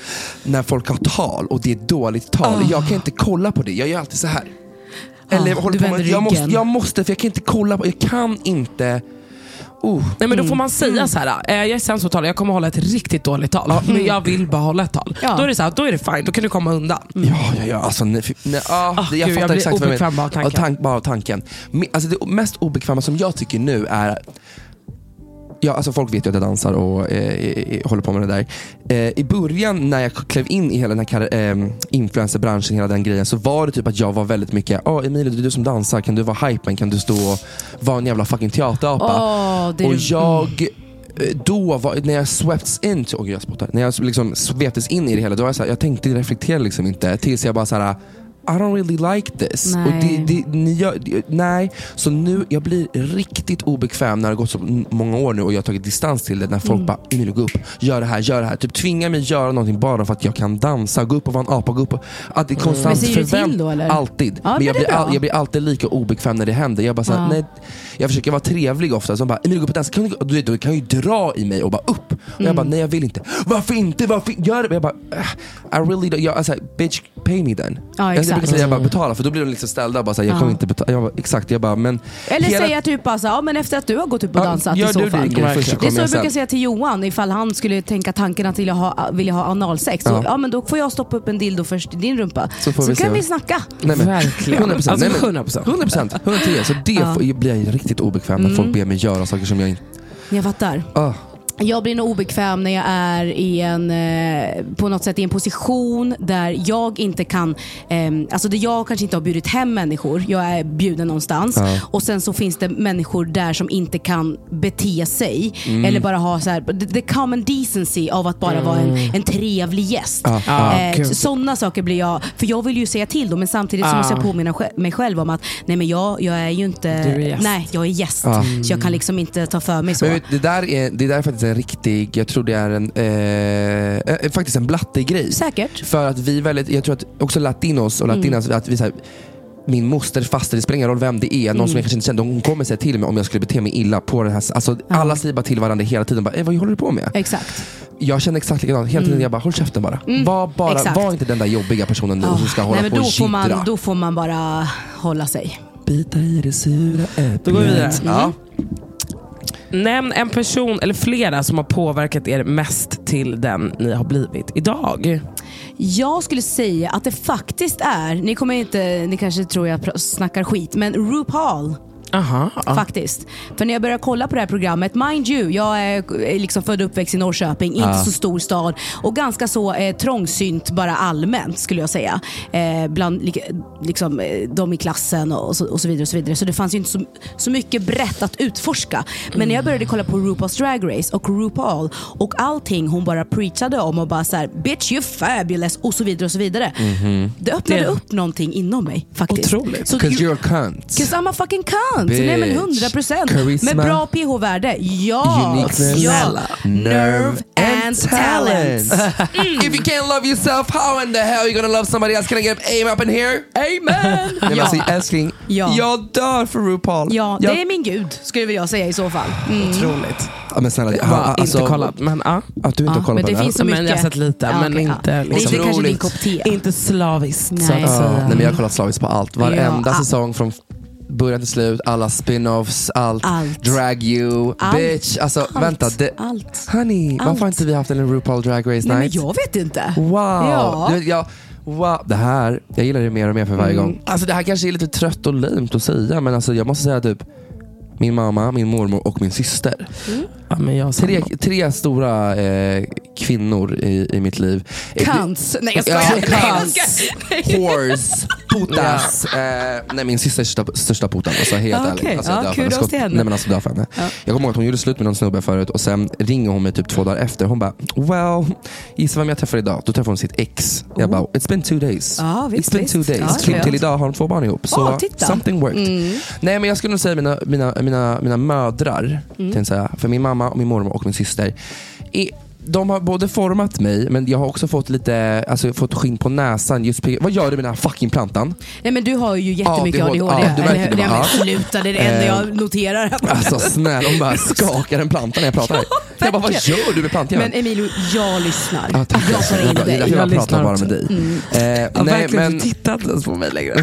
Speaker 2: när folk har tal och det är dåligt tal. Jag kan inte kolla på det. Jag gör alltid så här. Eller
Speaker 3: Ah,
Speaker 2: håller
Speaker 3: du
Speaker 2: på med,
Speaker 3: vänder
Speaker 2: jag, måste,
Speaker 3: ryggen.
Speaker 2: jag måste, för jag kan inte kolla på Jag kan inte. Oh.
Speaker 4: Nej, men då
Speaker 3: Mm.
Speaker 4: får man säga så här. eh, jag är sämst på tal, jag kommer hålla ett riktigt dåligt tal. Men jag vill bara hålla ett tal.
Speaker 3: Mm. Ja.
Speaker 4: Då är det så här, då är det fine, då kan du komma undan.
Speaker 2: Ja, ja, ja. Alltså, nej, fy- nej, ah,
Speaker 4: Mm. Ah,
Speaker 2: det, jag
Speaker 4: gud, jag
Speaker 2: fattar
Speaker 4: blir
Speaker 2: exakt vad du
Speaker 4: obekväm
Speaker 2: menar.
Speaker 4: av tanken.
Speaker 2: Ja, tank, bara av tanken. Men, alltså, det mest obekväma som jag tycker nu är Ja, alltså folk vet ju att jag dansar och eh, eh, håller på med det där. Eh, I början när jag klev in i hela den här kar- ehm, influencerbranschen, hela den grejen, så var det typ att jag var väldigt mycket, ja Emilia det är du som dansar, kan du vara hypen? Kan du stå och vara en jävla fucking teaterapa?
Speaker 3: Åh, det mm. är-
Speaker 2: och jag, eh, då var, när jag swepts in, åh gud jag spottar, när jag liksom sveptes in i det hela, då var jag så här, jag tänkte reflektera liksom inte, tills jag bara så här. I don't really like this.
Speaker 3: Nej.
Speaker 2: Och det, det, ni gör, det- nej, så nu jag blir riktigt obekväm när det har gått så m- många år nu och jag har tagit distans till det. När folk
Speaker 3: Mm.
Speaker 2: bara, Emilio gå upp, gör det här, gör det här. Typ tvinga mig göra någonting bara för att jag kan dansa. Gå upp och vara en apa, gå upp och... Att det är konstant
Speaker 3: Mm. Men säger du till
Speaker 2: förvänt-
Speaker 3: då, eller?
Speaker 2: Alltid.
Speaker 3: Ja, men
Speaker 2: jag,
Speaker 3: det är
Speaker 2: blir
Speaker 3: bra.
Speaker 2: jag blir alltid lika obekväm när det händer. Jag bara så här,
Speaker 3: Ja.
Speaker 2: nej. Jag försöker vara trevlig ofta. Så de bara, Emilio gå upp och dansa. Kan du, och du, vet, de kan ju dra i mig och bara upp. Och jag
Speaker 3: Mm.
Speaker 2: bara, nej jag vill inte. Varför inte? Varför? Gör det. Men Jag bara, "Ah, I really don't. Jag, alltså, bitch, pay me then.
Speaker 3: Ja,
Speaker 2: jag brukar
Speaker 3: exakt. Mm.
Speaker 2: säga jag bara betala för då blir de liksom ställda och bara såhär, jag
Speaker 3: Ja.
Speaker 2: kommer inte betala. Jag bara, exakt, jag bara, men
Speaker 3: Eller
Speaker 2: hela-
Speaker 3: säga typ bara så, här, ja, men efter att du har gått upp och
Speaker 2: Ja,
Speaker 3: dansat
Speaker 2: gör
Speaker 3: i så
Speaker 2: du det,
Speaker 3: fall.
Speaker 2: Ingrid, först så
Speaker 3: det är
Speaker 2: kommer
Speaker 3: så
Speaker 2: jag
Speaker 3: jag brukar
Speaker 2: sen.
Speaker 3: säga till Johan ifall han skulle tänka tanken att vilja ha, vilja ha analsex.
Speaker 2: Ja.
Speaker 3: Så, ja men då får jag stoppa upp en dildo först i din rumpa.
Speaker 2: Så
Speaker 3: Så,
Speaker 2: får vi se.
Speaker 3: kan vi snacka.
Speaker 2: Nej, men,
Speaker 4: Verkligen.
Speaker 2: 100%,
Speaker 4: Alltså,
Speaker 2: nej, men-
Speaker 4: 100%.
Speaker 2: 100%. 110. Så det får, blir jag riktigt obekväm när
Speaker 3: Mm.
Speaker 2: folk ber mig göra saker som jag inte...
Speaker 3: Jag fattar.
Speaker 2: Ah.
Speaker 3: Jag blir nog obekväm när jag är i en, eh, på något sätt i en position där jag inte kan, eh, alltså där jag kanske inte har bjudit hem människor. Jag är bjuden någonstans och sen så finns det människor där som inte kan bete sig
Speaker 2: Mm.
Speaker 3: eller bara ha så här, the, the common decency av att bara vara en, en trevlig gäst.
Speaker 2: Mm. Ja.
Speaker 4: Ja,
Speaker 3: Eh,
Speaker 4: gud.
Speaker 3: sådana saker blir jag, för jag vill ju säga till dem men samtidigt så
Speaker 4: Ja.
Speaker 3: måste
Speaker 2: Ah.
Speaker 3: jag påminna sj- mig själv om att nej men jag, jag är ju inte,
Speaker 4: Du är gäst.
Speaker 3: nej jag är gäst.
Speaker 2: Ja.
Speaker 3: Så jag kan liksom inte ta för mig så.
Speaker 2: Ah. Men vet, det, där är, det där är faktiskt en riktig, jag tror det är en, eh, eh, faktiskt en blattegrej.
Speaker 3: Säkert. Mm.
Speaker 2: För att vi väldigt, jag tror att också latinos och latinas, att vi så här, min moster, faster, det spelar ingen roll vem det är, någon
Speaker 3: Mm.
Speaker 2: som jag kanske inte känner, de kommer säga till mig om jag skulle bete mig illa på den här, alltså alla säger bara till varandra hela tiden, bara, "Eh, vad håller du på med?
Speaker 3: Exakt.
Speaker 2: Jag känner exakt likadant, hela tiden jag bara, håll käften bara. Var, bara
Speaker 3: Mm. exakt.
Speaker 2: var inte den där jobbiga personen nu som ska hålla
Speaker 3: Ah. Nej, men
Speaker 2: på
Speaker 3: då
Speaker 2: och
Speaker 3: får, man,
Speaker 2: kittra.
Speaker 3: då får man bara hålla sig.
Speaker 2: Bita i det sura äpplet.
Speaker 4: Då går vi vidare.
Speaker 2: Ja.
Speaker 4: Mm. Nämn en person eller flera som har påverkat er mest till den ni har blivit idag.
Speaker 3: Jag skulle säga att det faktiskt är, ni kommer inte, ni kanske tror jag pr- snackar skit, men RuPaul.
Speaker 4: Aha.
Speaker 3: Faktiskt. För när jag började kolla på det här programmet, mind you, jag är är liksom född och uppväxt i Norrköping, inte så stor stad och ganska så eh, trångsynt bara allmänt skulle jag säga. Eh, bland lik- liksom, eh, de i klassen och så, och så vidare. och Så vidare. Så det fanns ju inte så, så mycket brett att utforska. Men när jag började kolla på RuPaul's Drag Race och RuPaul och allting hon bara preachade om och bara så här: bitch you're fabulous och så vidare och så vidare. Det öppnade
Speaker 4: Det-
Speaker 3: upp någonting inom mig faktiskt.
Speaker 4: Otroligt.
Speaker 3: Så
Speaker 2: Cause
Speaker 3: ju-
Speaker 2: you're a cunt.
Speaker 3: Cause I'm a fucking cunt!
Speaker 2: Bitch.
Speaker 3: Nej men 100 procent.
Speaker 2: Karisma.
Speaker 3: Med bra PH-värde. Ja!
Speaker 2: Uniqueness.
Speaker 3: ja. Nerve and
Speaker 2: [LAUGHS]
Speaker 3: Mm. talent.
Speaker 2: If you can't love yourself, how in the hell are you gonna love somebody else? Can I get an aim up in here?
Speaker 3: Amen!
Speaker 2: Nej, men
Speaker 3: ja.
Speaker 2: alltså, älskling,
Speaker 3: Ja.
Speaker 2: jag dör för RuPaul.
Speaker 3: ja,
Speaker 2: jag,
Speaker 3: det är min gud skulle jag säga i så fall. Mm.
Speaker 4: Otroligt.
Speaker 2: Ja, men snälla,
Speaker 4: Jag har
Speaker 2: ja, alltså,
Speaker 4: inte kollat, men ja.
Speaker 2: Att du inte har
Speaker 3: Ja,
Speaker 2: kollat
Speaker 3: men
Speaker 2: på
Speaker 3: det finns så
Speaker 4: Men
Speaker 3: mycket.
Speaker 4: jag har sett lite, men
Speaker 3: okej,
Speaker 4: inte
Speaker 3: Det är inte
Speaker 2: liksom-
Speaker 3: kanske din
Speaker 2: Otroligt.
Speaker 3: kopp te.
Speaker 4: Inte slaviskt så
Speaker 3: Nej.
Speaker 4: att
Speaker 2: Ja,
Speaker 4: säga.
Speaker 2: nej, men jag har kollat slaviskt på allt. Varenda
Speaker 3: Ja.
Speaker 2: säsong från början till slut, alla spin-offs, allt,
Speaker 3: Allt.
Speaker 2: drag you,
Speaker 3: Allt.
Speaker 2: bitch. Alltså
Speaker 3: Allt.
Speaker 2: vänta. Det,
Speaker 3: Allt.
Speaker 2: Honey, varför har
Speaker 3: Allt.
Speaker 2: inte vi haft en RuPaul Drag Race
Speaker 3: Nej men
Speaker 2: night?
Speaker 3: jag vet inte.
Speaker 2: Wow!
Speaker 3: Ja.
Speaker 2: Du vet, jag, wow! Det här, jag gillar det mer och mer för varje gång. Alltså det här kanske är lite trött och lamt att säga, men alltså jag måste säga typ min mamma, min mormor och min syster.
Speaker 4: Ja, men jag
Speaker 2: Tre, tre stora eh, kvinnor i, i mitt liv. Eh,
Speaker 3: Cunts. Nej
Speaker 2: Ja,
Speaker 3: jag skojar.
Speaker 2: [LAUGHS]
Speaker 3: Nej, jag
Speaker 2: cunts.
Speaker 3: skojar.
Speaker 2: Whores, putas. Eh, nej min systers största, största putan, alltså helt
Speaker 3: Ja, okej.
Speaker 2: ärligt. Alltså,
Speaker 3: Ja,
Speaker 2: dör för
Speaker 3: kudos
Speaker 2: Skott-
Speaker 3: till henne.
Speaker 2: Nej, men alltså, dör för henne. Jag kommer ihåg att hon gjorde slut med någon snubbe förut och sen ringer hon mig typ två dagar efter. Hon bara, well, gissa vem jag träffar idag? Då träffar hon sitt ex. Jag bara, it's been two days.
Speaker 3: Oh. Ja, visst,
Speaker 2: it's been two
Speaker 3: visst.
Speaker 2: days.
Speaker 3: Ja,
Speaker 2: Klipp
Speaker 3: skönt.
Speaker 2: till idag har de två barn ihop. Så
Speaker 3: Ah, titta. Mm.
Speaker 2: something worked. Nej men jag skulle nog säga mina,
Speaker 3: Mm.
Speaker 2: mina, mina, mina mödrar, tänkte jag säga, för min mamma, och min mormor och min syster. Är, de har både format mig, men jag har också fått lite alltså, jag har fått skinn på näsan. Just, på- vad gör du med den här fucking plantan?
Speaker 3: Nej men du har ju jättemycket
Speaker 2: ADHD.
Speaker 3: ADHD.
Speaker 2: Ja, du märker det,
Speaker 3: Nej,
Speaker 2: va?
Speaker 3: men sluta, det är det enda jag noterar. här.
Speaker 2: Alltså snälla, hon bara skakar en planta när jag pratar. med dig. jag bara, vad
Speaker 3: verkligen.
Speaker 2: gör du med plantjäveln?
Speaker 3: Men Emilio, jag lyssnar.
Speaker 2: Ja, tack.
Speaker 3: jag tar
Speaker 2: Det är
Speaker 3: in
Speaker 2: därför
Speaker 3: dig.
Speaker 2: Jag,
Speaker 3: Mm.
Speaker 4: Jag
Speaker 2: pratar
Speaker 4: lyssnar
Speaker 2: bara
Speaker 4: också.
Speaker 2: med dig. Eh,
Speaker 4: Jag har
Speaker 2: nej,
Speaker 4: verkligen
Speaker 2: men,
Speaker 4: inte tittat ens på mig längre.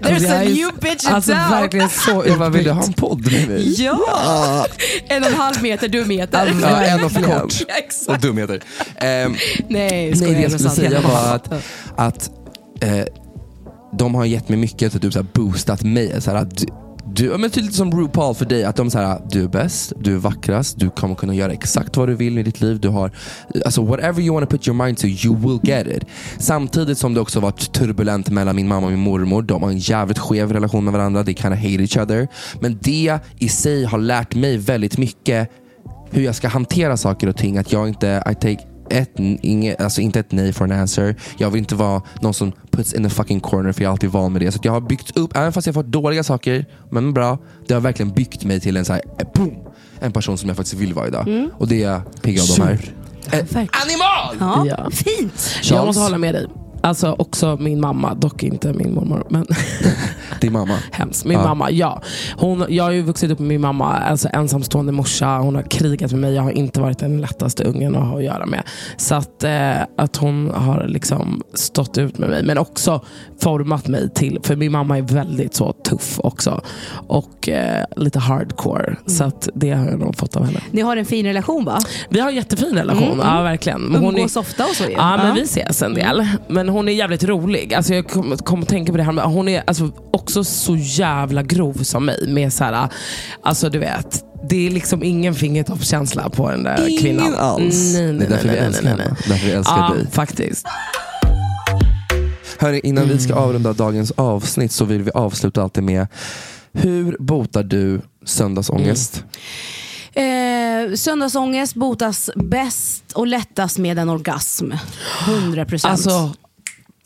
Speaker 3: There's a
Speaker 4: Jag är-
Speaker 3: new bitch in
Speaker 4: Alltså
Speaker 3: town.
Speaker 4: verkligen så
Speaker 2: jag bara, vill du ha en
Speaker 4: utbytt.
Speaker 2: podd med mig?
Speaker 3: Ja! [LAUGHS] En och en halv meter, du meter.
Speaker 2: Ja, en och för kort.
Speaker 3: [LAUGHS] Ja, exakt.
Speaker 2: Och dumheter. Ehm,
Speaker 3: Nej,
Speaker 2: nej,
Speaker 3: skojar,
Speaker 2: det jag skulle
Speaker 3: sant.
Speaker 2: säga
Speaker 3: Jävla
Speaker 2: var
Speaker 3: massa.
Speaker 2: att, att eh, de har gett mig mycket, att typ så här boostat mig. Så här, att du, du, ja, men tydligt som RuPaul för dig, att de säger du är bäst, du är vackrast, du kommer kunna göra exakt vad du vill i ditt liv. Du har, alltså whatever you want to put your mind to, you will get it. Samtidigt som det också varit turbulent mellan min mamma och min mormor. De har en jävligt skev relation med varandra, they kind of hate each other. Men det i sig har lärt mig väldigt mycket hur jag ska hantera saker och ting. Att jag inte, I take ett, inget, alltså inte ett nej for an answer. Jag vill inte vara någon som puts in the fucking corner för jag är alltid van med det. Så att jag har byggt upp, även fast jag har fått dåliga saker, men bra. Det har verkligen byggt mig till en så här, eh, boom, en person som jag faktiskt vill vara idag.
Speaker 4: Mm.
Speaker 2: Och det är jag pigg av de här. Eh, animal!
Speaker 3: Ja,
Speaker 4: Ja.
Speaker 3: fint.
Speaker 4: Jag
Speaker 2: Charles,
Speaker 4: måste hålla med dig. Alltså också min mamma, dock inte min mormor. Men
Speaker 2: din mamma.
Speaker 4: hemskt. Min
Speaker 2: Ja.
Speaker 4: mamma, ja. Hon, jag har ju vuxit upp med min mamma, alltså ensamstående morsa. Hon har krigat med mig. Jag har inte varit den lättaste ungen att ha att göra med. Så att, eh, att hon har liksom stått ut med mig. Men också format mig till, för min mamma är väldigt så tuff också. Och eh, lite hardcore. Så att det har jag nog fått av henne.
Speaker 3: Ni har en fin relation va?
Speaker 4: Vi har en jättefin relation,
Speaker 2: Mm.
Speaker 4: ja verkligen. Men hon är-
Speaker 3: Umgås ofta och så ju.
Speaker 4: Ja, men vi ses en del. Men hon är jävligt rolig. Alltså, jag kom, kom att tänka på det här med, hon är alltså, också så jävla grov som mig. Med så här, alltså du vet. Det är liksom ingen fingertoppskänsla på den där
Speaker 2: Ingen
Speaker 4: kvinnan.
Speaker 2: alls.
Speaker 4: Nej,
Speaker 2: Det är
Speaker 4: nej, nej,
Speaker 2: därför vi
Speaker 4: nej,
Speaker 2: älskar
Speaker 4: nej, nej. Ah.
Speaker 2: henne. Därför vi älskar
Speaker 4: ja,
Speaker 2: dig.
Speaker 4: faktiskt.
Speaker 2: Hörni, innan vi
Speaker 4: Mm.
Speaker 2: ska avrunda dagens avsnitt så vill vi avsluta alltid med, hur botar du söndagsångest?
Speaker 4: Mm.
Speaker 3: Eh, söndagsångest botas bäst och lättast med en orgasm. 100 procent.
Speaker 4: Alltså,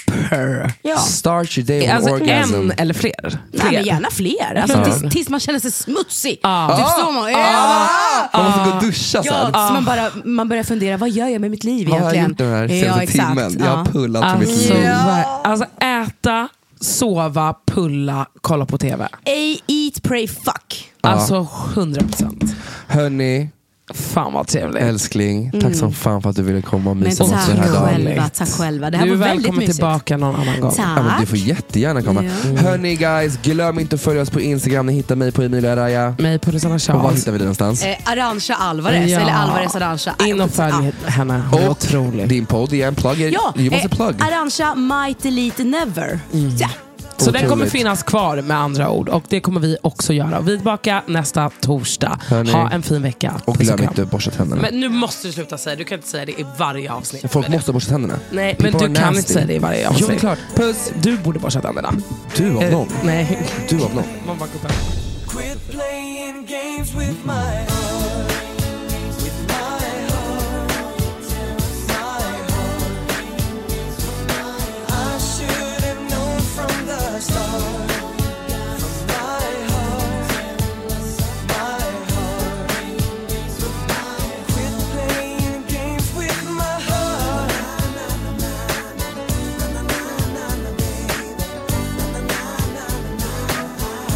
Speaker 4: purr.
Speaker 3: ja.
Speaker 2: Start your day with
Speaker 4: Alltså
Speaker 2: orgasm.
Speaker 4: en eller fler.
Speaker 3: Nej, men
Speaker 4: Fler.
Speaker 3: gärna fler. Alltså,
Speaker 4: Ja.
Speaker 3: tills, tills man känner sig smutsig.
Speaker 2: Ah.
Speaker 3: Typ så man, ja.
Speaker 2: Man måste gå och duscha sen.
Speaker 3: Ja, så man, bara, man börjar fundera, vad gör jag med mitt liv
Speaker 2: Alltså, ah. Vad har jag
Speaker 3: egentligen?
Speaker 2: gjort den här senaste
Speaker 3: Ja, exakt.
Speaker 2: timmen? Jag har
Speaker 3: Ja.
Speaker 2: pullat för mitt
Speaker 4: Alltså,
Speaker 2: liv.
Speaker 4: ver- alltså äta, sova, pulla, kolla på TV.
Speaker 3: A, eat, pray, fuck.
Speaker 4: Alltså 100%.
Speaker 2: Hörni,
Speaker 4: Fan vad trevligt.
Speaker 2: älskling.
Speaker 4: Mm.
Speaker 2: Tack så fan för att du ville komma och
Speaker 3: Men
Speaker 2: mysa
Speaker 3: tack
Speaker 2: med oss den här dagen.
Speaker 3: själva, tack själva. Det här
Speaker 4: du är
Speaker 3: var väldigt
Speaker 4: välkommen
Speaker 3: mysigt.
Speaker 4: tillbaka någon annan gång.
Speaker 2: Ja, men du
Speaker 3: Tack.
Speaker 2: får jättegärna komma. Hörni guys, glöm inte att följa oss på Instagram. Ni hittar mig på Emilia Araya.
Speaker 4: Mig på Rosanna
Speaker 2: Och var
Speaker 4: Charles.
Speaker 2: hittar vi dig någonstans?
Speaker 3: Eh, Arantxa Alvarez,
Speaker 4: Ja.
Speaker 3: eller Alvarez Arantxa.
Speaker 4: In och följ
Speaker 3: Ja.
Speaker 4: henne. Hon är otrolig.
Speaker 2: din podd igen. Plug it.
Speaker 3: Ja,
Speaker 2: you måste
Speaker 3: eh,
Speaker 2: plug.
Speaker 3: Arantxa Might Delete Never. Ja.
Speaker 4: Så den kommer
Speaker 2: Otroligt.
Speaker 4: finnas kvar med andra ord. Och det kommer vi också göra. Vi är tillbaka nästa torsdag.
Speaker 2: Hörni.
Speaker 4: Ha en fin vecka.
Speaker 2: Och
Speaker 4: Puss
Speaker 2: glöm
Speaker 4: kram.
Speaker 2: inte att borsta tänderna.
Speaker 4: Men nu måste du sluta säga det. Du kan inte säga det i varje avsnitt.
Speaker 2: Folk måste borsta tänderna.
Speaker 4: Nej, men
Speaker 2: People
Speaker 4: du
Speaker 2: are
Speaker 4: kan
Speaker 2: nasty.
Speaker 4: inte säga det i varje avsnitt.
Speaker 2: Jo, det är klart.
Speaker 4: Puss. Du borde borsta tänderna.
Speaker 2: Du eh, av någon.
Speaker 4: Nej.
Speaker 2: Du av någon.
Speaker 4: Man bara går på-
Speaker 1: Quit playing games with my heart. With my heart. My heart. I should have known from the start. From my heart. My heart. Quit playing games with my heart.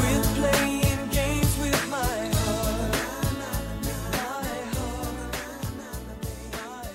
Speaker 1: Quit playing games with my heart. My heart. My heart.